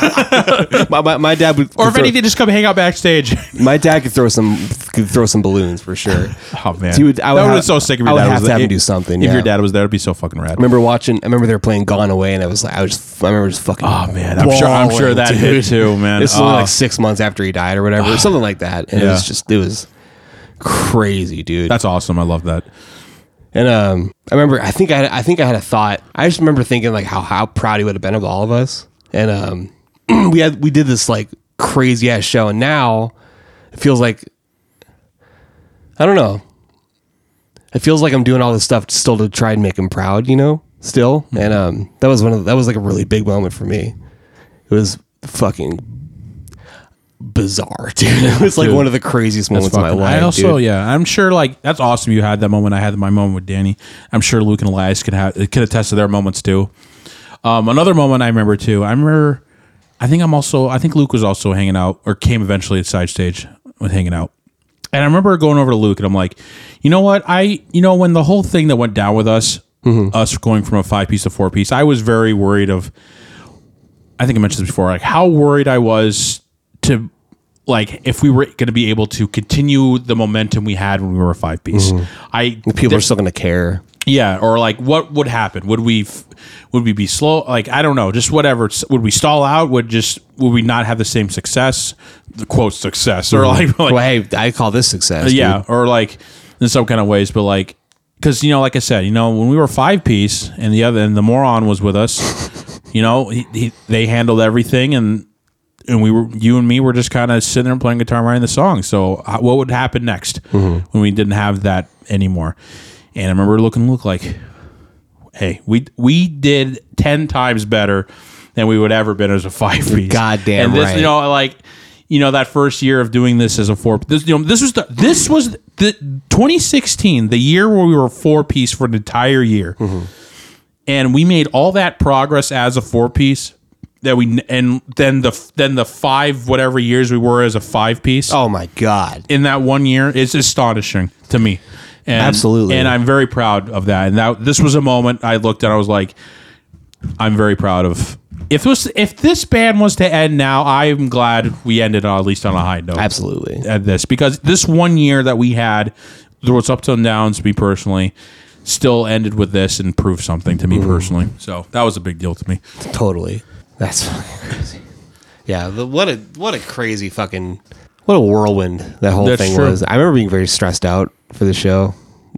B: my, my, my dad would
A: or
B: could
A: if
B: throw,
A: anything, just come hang out backstage.
B: my dad could throw some could throw some balloons for sure.
A: Oh man,
B: He would- I would
A: that would
B: have-
A: have been so sick. If your
B: I would
A: dad
B: have
A: was
B: to have
A: there.
B: him do something,
A: If
B: yeah.
A: your dad was there, it'd be so fucking rad.
B: I remember watching. I remember they were playing "Gone Away," and I was like, I was f- I remember just fucking.
A: Oh, man, I'm sure- I'm sure
B: bawling,
A: that
B: dude.
A: hit too, man.
B: This is
A: Oh.
B: like six months after he died or whatever, something like that. And it
A: Yeah.
B: was just it was crazy, dude.
A: That's awesome. I love that.
B: and um, I remember. I think I I think I had a thought. I just remember thinking like how how proud he would have been of all of us. And um, we had we did this like crazy ass show, and now it feels like I don't know. It feels like I'm doing all this stuff still to try and make him proud, you know. Still,
A: Mm-hmm.
B: and um, that was one of the, that was like a really big moment for me. It was fucking bizarre, dude. It was like
A: Dude.
B: one of the craziest moments of my
A: Fucking-
B: life.
A: I also,
B: dude.
A: yeah, I'm sure like that's awesome. You had that moment. I had my moment with Danny. I'm sure Luke and Elias could have could attest to their moments too. Um, another moment I remember too. I remember. I think I'm also. I think Luke was also hanging out or came eventually at side stage with hanging out. And I remember going over to Luke and I'm like, you know what? I you know when the whole thing that went down with us, us going from a five piece to four piece, I was very worried of. I think I mentioned this before, like how worried I was to like if we were going to be able to continue the momentum we had when we were a five piece. I
B: people are still gonna care.
A: yeah, or like what would happen? Would we f- would we be slow? Like I don't know, just whatever. S- Would we stall out? Would just would we not have the same success? The quote success or like, like
B: Well, hey, I call this success. dude.
A: Oh, yeah, or like in some kind of ways, but like because you know, like I said, you know, when we were five piece and the other and the moron was with us, you know, he, he, they handled everything and and we were you and me were just kind of sitting there playing guitar and writing the song. So uh, what would happen next
B: Mm-hmm.
A: when we didn't have that anymore? And I remember looking look like, hey, we we did ten times better than we would ever been as a five piece.
B: goddamn
A: and this,
B: right.
A: You know, like you know that first year of doing this as a four. This you know this was the this was the 2016, the year where we were four piece for an entire year, and we made all that progress as a four piece. That we and then the then the five whatever years we were as a five piece
B: Oh my god.
A: in that one year is astonishing to me. And,
B: Absolutely.
A: And I'm very proud of that. And that this was a moment I looked and I was like, I'm very proud of. If this if this band was to end now, I'm glad we ended on, at least on a high note.
B: Absolutely.
A: At this because this one year that we had, there was ups and downs. Me personally, still ended with this and proved something to me personally. So that was a big deal to me.
B: Totally. That's fucking crazy. Yeah, the, what a what a crazy fucking what a whirlwind that whole
A: That's
B: thing
A: true.
B: was. I remember being very stressed out for the show.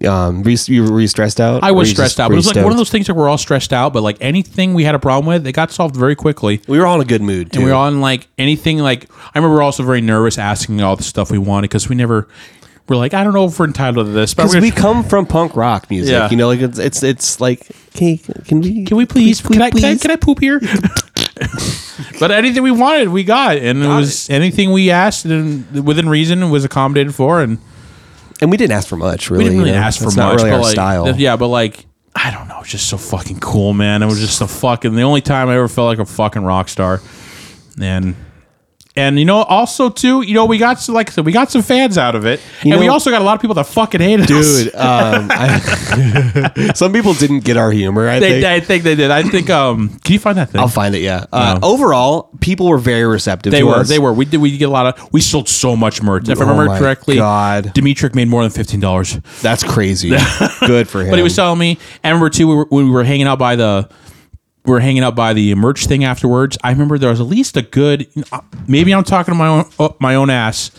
B: Um, were you, you were you stressed out?
A: I
B: Or
A: was
B: you just
A: stressed out, but it was
B: pretty
A: like one of
B: stoked?
A: those things that we're all stressed out. But like anything we had a problem with, it got solved very quickly.
B: We were all in a good mood. Too.
A: And we were on like anything like I remember also very nervous asking all the stuff we wanted because we never were like I don't know if we're entitled to this, but
B: because
A: we're
B: we
A: gonna-
B: come from punk rock music.
A: Yeah.
B: You know, like it's it's it's like okay, can we
A: can we please, can, I, can I
B: please?
A: can I poop here? but anything we wanted, we got, and it was anything we asked and within reason it was accommodated for, and
B: and we didn't ask for much. Really,
A: we didn't
B: you
A: really
B: know?
A: ask for
B: That's
A: much.
B: Not really
A: but
B: our
A: like,
B: style.
A: th- yeah, but like. I don't know. It was just so fucking cool, man. It was just the fucking the only time I ever felt like a fucking rock star, and And you know, also too, you know, we got some, like I said, we got some fans out of it, and we
B: know-
A: also got a lot of people that fucking hated us.
B: Dude, um, I- some people didn't get our humor. I
A: They,
B: think.
A: I think they did. I think. Um, can you find that thing?
B: I'll find it. Yeah. Uh, Overall, people were very receptive.
A: they
B: to
A: were.
B: us.
A: They were. We did. We get a lot of. We sold so much merch. If I
B: Oh
A: remember
B: my
A: correctly,
B: God.
A: Dimitri made more than fifteen dollars.
B: That's crazy. Good for him.
A: But he was telling me, I remember too, we were, when we were hanging out by the, we were hanging out by the merch thing afterwards. I remember there was at least a good, maybe I'm talking to my own, uh, my own uh, ass.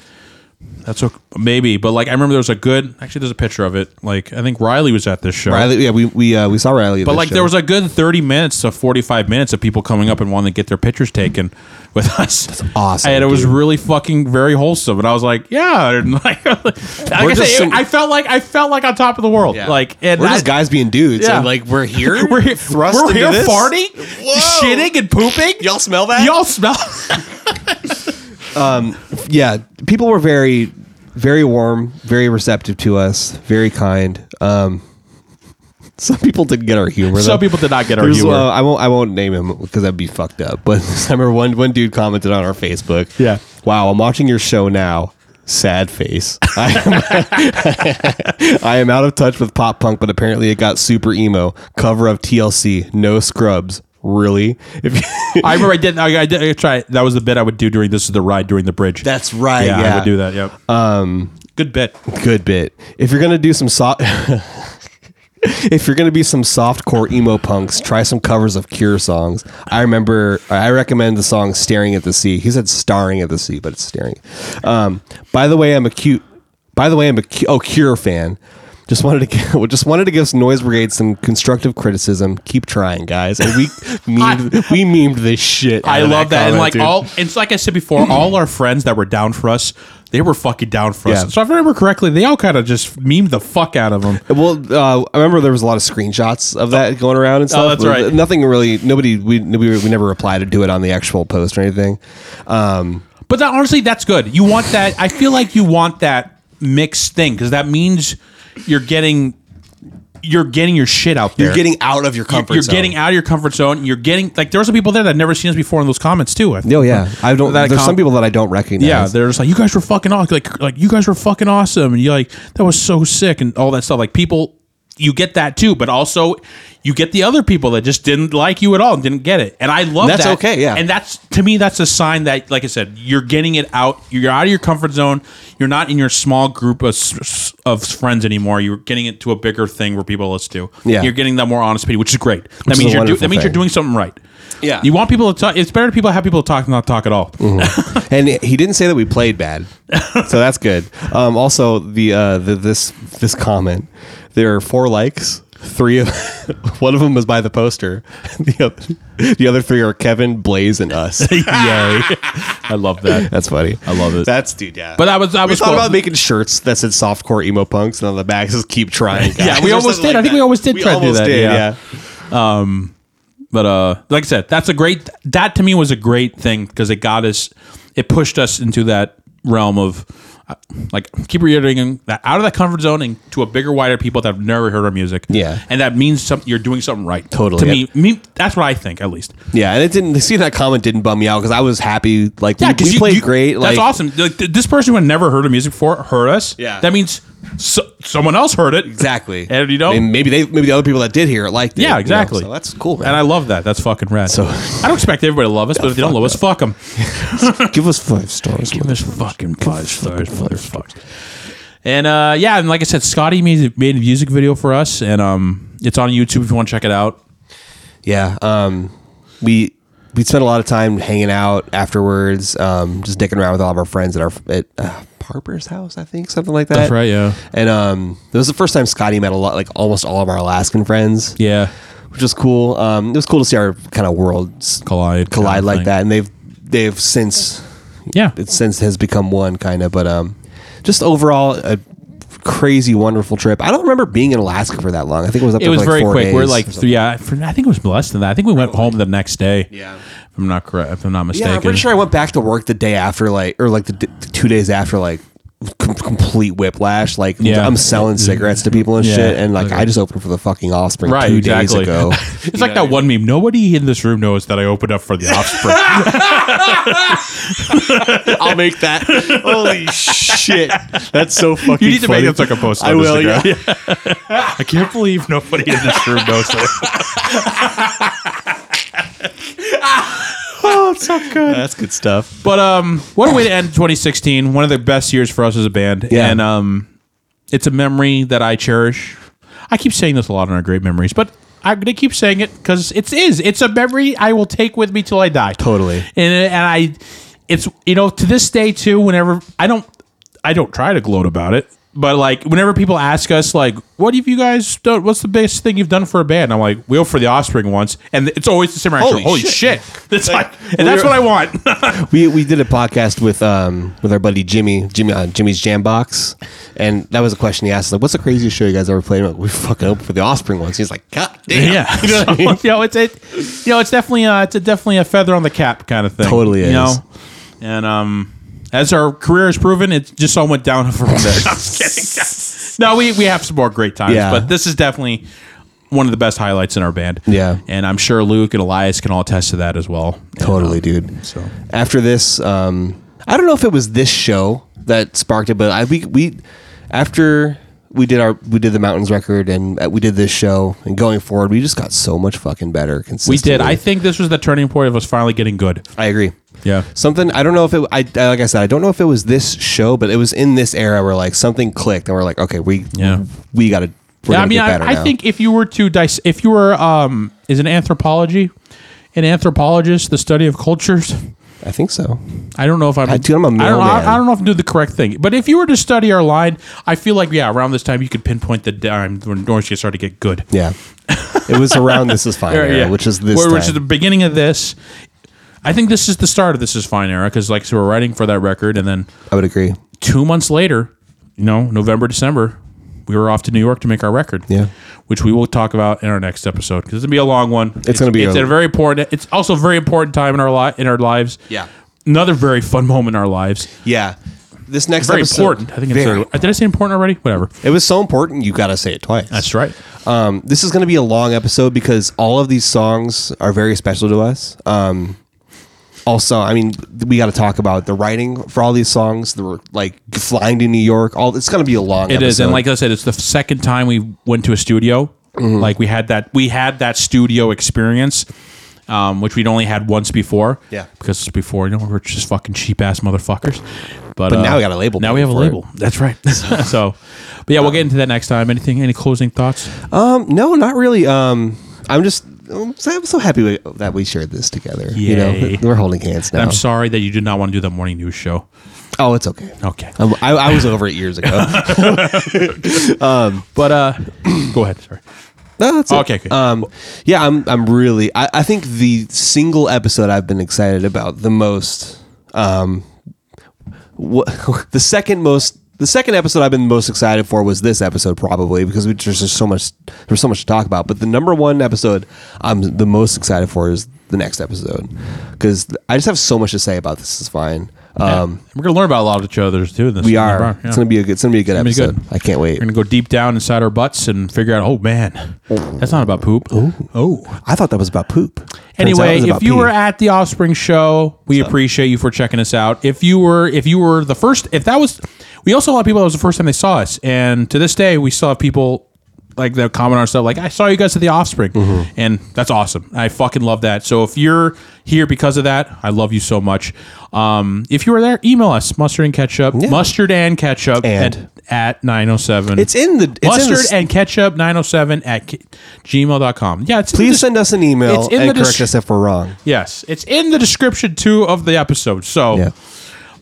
A: That's okay. Maybe, but like I remember there was a good. Actually, there's a picture of it. Like I think Riley was at this show.
B: Riley, yeah, we we uh, we saw Riley.
A: But like there was a good 30 minutes to 45 minutes of people coming up and wanting to get their pictures taken with us. That's
B: awesome,
A: And it was really fucking very wholesome. And I was like, yeah. And like, like I,
B: just
A: said,
B: some-
A: I felt like I felt like on top of the world.
B: Yeah.
A: Like and
B: we're
A: I-
B: just guys being dudes.
A: Yeah.
B: And like we're here.
A: We're here,
B: Thrust
A: we're
B: into
A: here
B: this?
A: farting,
B: Whoa.
A: shitting, and pooping.
B: Y'all smell that?
A: Y'all smell.
B: yeah, people were very, very warm, very receptive to us, very kind. Um, some people didn't get our humor.
A: Some
B: though.
A: people did not get our
B: There's,
A: humor.
B: uh, I won't. I won't name him because that'd be fucked up. But I remember one one dude commented on our Facebook.
A: Yeah.
B: Wow, I'm watching your show now. Sad face. I am, I am out of touch with pop punk, but apparently it got super emo. Cover of TLC. No scrubs. Really? If you,
A: I remember I did. I, I did I try. That was the bit I would do during this is the ride during the bridge.
B: That's right,
A: Yeah, I
B: yeah.
A: would do that. Yep. Um, good bit.
B: good bit. If you're gonna do some soft, if you're gonna be some softcore emo punks, try some covers of Cure songs. I remember, I recommend the song "Staring at the Sea." He said "Starring at the Sea," but it's staring. Um, by the way, I'm a cute. By the way, I'm a cu- oh Cure fan. Just wanted to give, just wanted to give Noise Brigade some constructive criticism. Keep trying, guys. And we memed, we memed this shit.
A: I
B: out of
A: love that. And
B: comment,
A: like
B: dude.
A: all, it's like I said before, all our friends that were down for us, they were fucking down for
B: Yeah.
A: us. So if I remember correctly, they all kind of just memed the fuck out of them.
B: Well, uh, I remember there was a lot of screenshots of that going around and stuff.
A: Oh. that's
B: but
A: right.
B: Nothing really. Nobody. We we, we never replied to it on the actual post or anything. Um,
A: But that, honestly, that's good. You want that. I feel like you want that mixed thing because that means you're getting you're getting your shit out there.
B: you're getting out of your comfort.
A: you're
B: zone.
A: getting out of your comfort zone. You're getting like there were some people there that had never seen us before in those comments too. I think.
B: Oh yeah. I don't.
A: That
B: there's
A: com-
B: some people that I don't recognize.
A: Yeah, they're just like you guys were fucking awesome. Like like you guys were fucking awesome, and you like that was so sick and all that stuff. Like people, you get that too, but also you get the other people that just didn't like you at all and didn't get it. And I love
B: That's
A: that.
B: okay, yeah.
A: and that's to me that's a sign that like I said, you're getting it out. You're out of your comfort zone. You're not in your small group of s- of friends anymore. You're getting it to a bigger thing where people listen to.
B: Yeah.
A: you're getting that more honest people, which is great. that means
B: is a
A: you're do-
B: wonderful
A: that means you're
B: thing.
A: doing something right.
B: Yeah. Mm-hmm.
A: you want people to talk. It's better to people have people to talk than not talk at all.
B: and he didn't say that we played bad, so that's good. Um, also, the, uh, the this this comment, there are four likes. Three of one of them was by the poster. The other, the other three are Kevin, Blaze, and us.
A: Yay! I love that.
B: That's funny. I
A: love it.
B: That's dude. Yeah.
A: But I was- I
B: we
A: was
B: thought
A: cool.
B: about making shirts that said softcore emo punks, and on the back it says "Keep trying." Guys.
A: Yeah, we
B: or
A: almost
B: something
A: did. I think we almost did try to do that,
B: did,
A: yeah. But uh, like I said, that's a great. That to me was a great thing because it got us, it pushed us into that realm of, uh, like, keep reiterating that out of that comfort zone and to a bigger, wider people that have never heard our music.
B: Yeah.
A: and that means something. You're doing something right.
B: Totally,
A: To
B: yeah.
A: me, me, that's what I think at least.
B: Yeah, and it didn't. Seeing that comment didn't bum me out because I was happy. Like we, we played great.
A: that's
B: like,
A: awesome. Like, th- this person who had never heard of music before heard us.
B: Yeah.
A: that means so, someone else heard it.
B: Exactly.
A: And you know,
B: I mean, maybe they maybe the other people that did hear it liked it. you
A: Yeah,
B: know,
A: exactly.
B: so that's cool.
A: And I
B: Man.
A: love that. That's fucking rad. So I don't expect everybody to love us, but if they don't love us, fuck them.
B: give us five stars.
A: Give us fucking five stars, motherfucker. And uh, yeah, and like I said, Scotty made, made a music video for us, and um, it's on YouTube if you want to check it out.
B: Yeah. Um, we we spent a lot of time hanging out afterwards, um, just dicking around with all of our friends at our at uh, Harper's house, I think, something like that.
A: That's right, yeah.
B: And um, it was the first time Scotty met a lot, like almost all of our Alaskan friends.
A: Yeah,
B: Which was cool. Um, it was cool to see our kind of worlds
A: Collide, kind
B: collide
A: of
B: like
A: thing.
B: that, and they've they've since
A: yeah.
B: it since has become one kind of but um just overall a crazy wonderful trip i don't remember being in alaska for that long i think it was up
A: It
B: to
A: was
B: like
A: very
B: four
A: quick.
B: days
A: We're like,
B: or
A: th-
B: something.
A: yeah, for, I think it was less than that. I think we went home the next day.
B: Yeah.
A: if I'm not correct, if I'm not
B: yeah
A: mistaken.
B: i'm pretty sure i went back to work the day after like or like the, d- the two days after like com- complete whiplash like
A: Yeah.
B: i'm selling cigarettes to people and
A: Yeah.
B: shit and like
A: Okay.
B: i just opened for the fucking offspring
A: Right,
B: two
A: exactly.
B: days ago
A: It's like that one meme. Nobody in this room knows that I opened up for the offspring.
B: i'll make that holy shit that's so fucking
A: You need to make that like a post. on
B: I will,
A: Instagram. I can't believe nobody in this room knows that. Oh,
B: that's good stuff
A: But um, what a way to end 2016. One of the best years for us as a band,
B: Yeah.
A: and um, it's a memory that I cherish. I keep saying this a lot on our great memories, but I'm gonna keep saying it because it is. It's a memory I will take with me till I die.
B: Totally.
A: And and I, it's you know to this day too. Whenever I don't. I don't try to gloat about it, but like whenever people ask us, like, what have you guys done? What's the best thing you've done for a band? I'm like, we opened for the Offspring once, and it's always the same reaction.
B: Holy
A: Holy,
B: shit.
A: shit! That's like, and that's what I want.
B: We we did a podcast with um with our buddy Jimmy Jimmy on Jimmy's Jam Box, and that was a question he asked. Like, what's the craziest show you guys ever played? I'm Like, we fucking opened for the Offspring once. He's like, God damn,
A: yeah,
B: You know what I mean?
A: you know, it's it, you know, it's definitely uh, it's a, definitely a feather on the cap kind of thing.
B: Totally
A: you
B: is.
A: know, and um, as our career has proven, it just all went down from there. I'm kidding. no, we we have some more great times,
B: Yeah.
A: but this is definitely one of the best highlights in our band.
B: Yeah.
A: and I'm sure Luke and Elias can all attest to that as well.
B: totally, dude.
A: So
B: after this, um, I don't know if it was this show that sparked it, but I we we after we did our we did the mountains record and uh, we did this show and going forward, we just got so much fucking better.
A: we
B: Consistently.
A: did. I think this was the turning point of us finally getting good.
B: I agree.
A: Yeah.
B: Something I don't know if it I I- like I said I don't know if it was this show, but it was in this era where like something clicked and we're like, okay, we
A: Yeah.
B: we got to.
A: Yeah, I mean,
B: get better
A: I, I
B: now.
A: think if you were to dice, if you were um, is an anthropology, an anthropologist, the study of cultures.
B: I think so.
A: I don't know if I'm.
B: I- dude, I'm a
A: I don't, know-
B: mailman.
A: I, I don't know if I'm doing the correct thing, but if you were to study our line, I feel like yeah, around this time you could pinpoint the time when Orange Juice started to get good.
B: Yeah, it was around this is fine era, which is this
A: Where- which
B: time.
A: is the beginning of this. I think this is the start of this is fine era because like so we're writing for that record, and then
B: I would agree.
A: two months later, you know, November December, we were off to New York to make our record.
B: Yeah.
A: Which we will talk about in our next episode because it's gonna be a long one. It's,
B: gonna be
A: it's
B: a-
A: a, very important. It's also a very important time in our li- in our lives.
B: Yeah.
A: Another very fun moment in our lives.
B: Yeah, this next
A: very
B: episode-
A: important. I think it's
B: Very.
A: did I say important already? Whatever.
B: It was so important, you got to say it twice.
A: right.
B: Um, this is going to be a long episode because all of these songs are very special to us. Um, also, I mean, we got to talk about the writing for all these songs. The re- like flying to New York. All it's going to be a long.
A: It is, and like I said, it's the second time we went to a studio.
B: Mm-hmm.
A: Like we had that, we had that studio experience, um, which we'd only had once before.
B: Yeah.
A: because before, you know, we were just fucking cheap ass motherfuckers. But, uh,
B: now we got a label
A: Now we
B: baby
A: have a
B: for it.
A: label. That's right. So, but yeah, we'll get into that next time. Anything? Any closing thoughts?
B: um, no, not really. Um, I'm just. I'm so I'm so happy we, that we shared this together. You know,
A: Yay.
B: we're holding hands now.
A: I'm sorry that you did not want to do the morning news show.
B: oh, it's okay.
A: Okay,
B: I'm- I, I was over it years ago.
A: but uh, go ahead. Sorry.
B: No, that's it.
A: Okay, okay.
B: Um, yeah, I'm. I'm really. I, I think the single episode I've been excited about the most. Um, what the second most. The second episode I've been most excited for was this episode probably because we just there's so much there's so much to talk about. But the number one episode I'm the most excited for is the next episode because I just have so much to say about this. Is fine. Um,
A: We're gonna learn about a lot of each other's too. in This
B: We
A: in the
B: are.
A: bar, yeah.
B: It's gonna be a good. It's gonna be a good
A: be good.
B: episode. I can't wait.
A: We're gonna go deep down inside our butts and figure out. Oh man, that's not about poop. Oh.
B: I thought that was about poop. Turns out it
A: Anyway,
B: was
A: if
B: about
A: you
B: pee.
A: were at the Offspring show, we appreciate you for checking us out. If you were, if you were the first, if that was, we also had a lot of people that was the first time they saw us, and to this day, we still have people like that comment on stuff like I saw you guys at the Offspring,
B: Mm-hmm.
A: and that's awesome. I fucking love that. So if you're here because of that, I love you so much. Um, if you were there, email us mustard and ketchup, mustard and ketchup
B: And.
A: at, at 907.
B: It's in the- it's in
A: mustard
B: the-
A: and ketchup 907 at k- gmail.com. Yeah, it's in the
B: Please
A: dis-
B: send us an email
A: It's in
B: and
A: the
B: correct
A: dis-
B: us if we're wrong.
A: Yes, it's in the description too of the episode. So,
B: Yeah.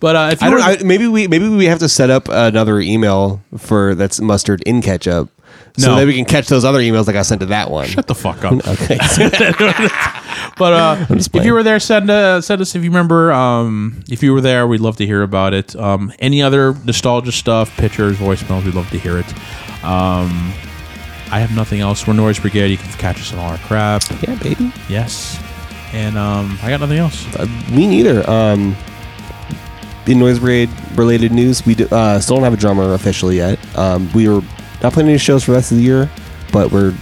A: but uh, if you
B: I don't.
A: were-
B: I, maybe we maybe we have to set up another email for that's mustard in ketchup, so
A: No.
B: that we can catch those other emails like I sent to that one.
A: shut the fuck up. Okay. but uh, if
B: playing.
A: you were there, send uh, send us if you remember. Um, if you were there, we'd love to hear about it. Um, any other nostalgia stuff, pictures, voicemails, we'd love to hear it. Um, I have nothing else. We're Noise Brigade. You can catch us on all our crap.
B: Yeah, baby.
A: Yes, and um, I got nothing else.
B: Uh, me neither. Um, in noise brigade related news, we do, uh, still don't have a drummer officially yet. Um, we are not planning any shows for the rest of the year, but we're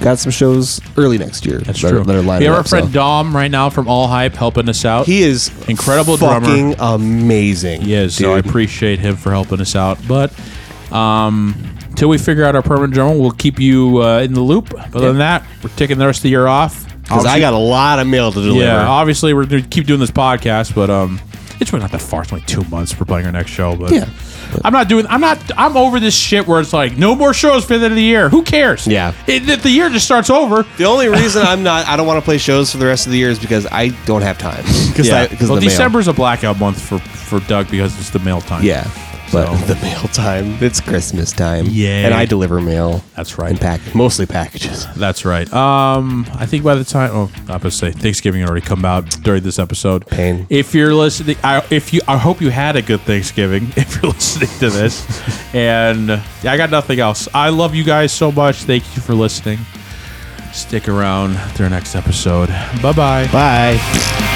B: got some shows early next year.
A: That's
B: that
A: true.
B: Are, that are
A: we
B: lining
A: have
B: up,
A: our friend
B: so.
A: Dom right now from All Hype helping us out.
B: He is
A: Incredible drummer.
B: fucking amazing.
A: He is, so I
B: dude.
A: appreciate him for helping us out. But um, till we figure out our permanent drummer, we'll keep you uh, in the loop. Other than that, we're taking the rest of the year off.
B: Because I
A: Obviously-
B: got a lot of mail to deliver.
A: yeah. Obviously, we're gonna keep doing this podcast, but um, it's really not that far. It's only two months. We're playing our next show, but
B: Yeah.
A: I'm not doing. I'm not. I'm over this shit where it's like no more shows for the end of the year. Who cares?
B: Yeah.
A: It, if the year just starts over.
B: The only reason I'm not, I don't want to play shows for the rest of the year is because I don't have time. Because
A: Yeah.
B: because
A: well,
B: the mail.
A: December's a blackout month for for Doug because it's the mail time.
B: Yeah. But the mail time, it's Christmas time.
A: Yay.
B: And I deliver mail.
A: That's right.
B: And pack, mostly packages.
A: That's right. Um, I think by the time, oh, I was say Thanksgiving already come out during this episode.
B: Pain.
A: If you're listening, I, if you, I hope you had a good Thanksgiving. If you're listening to this, and yeah, I got nothing else. I love you guys so much. Thank you for listening. Stick around to our next episode. Bye bye.
B: Bye.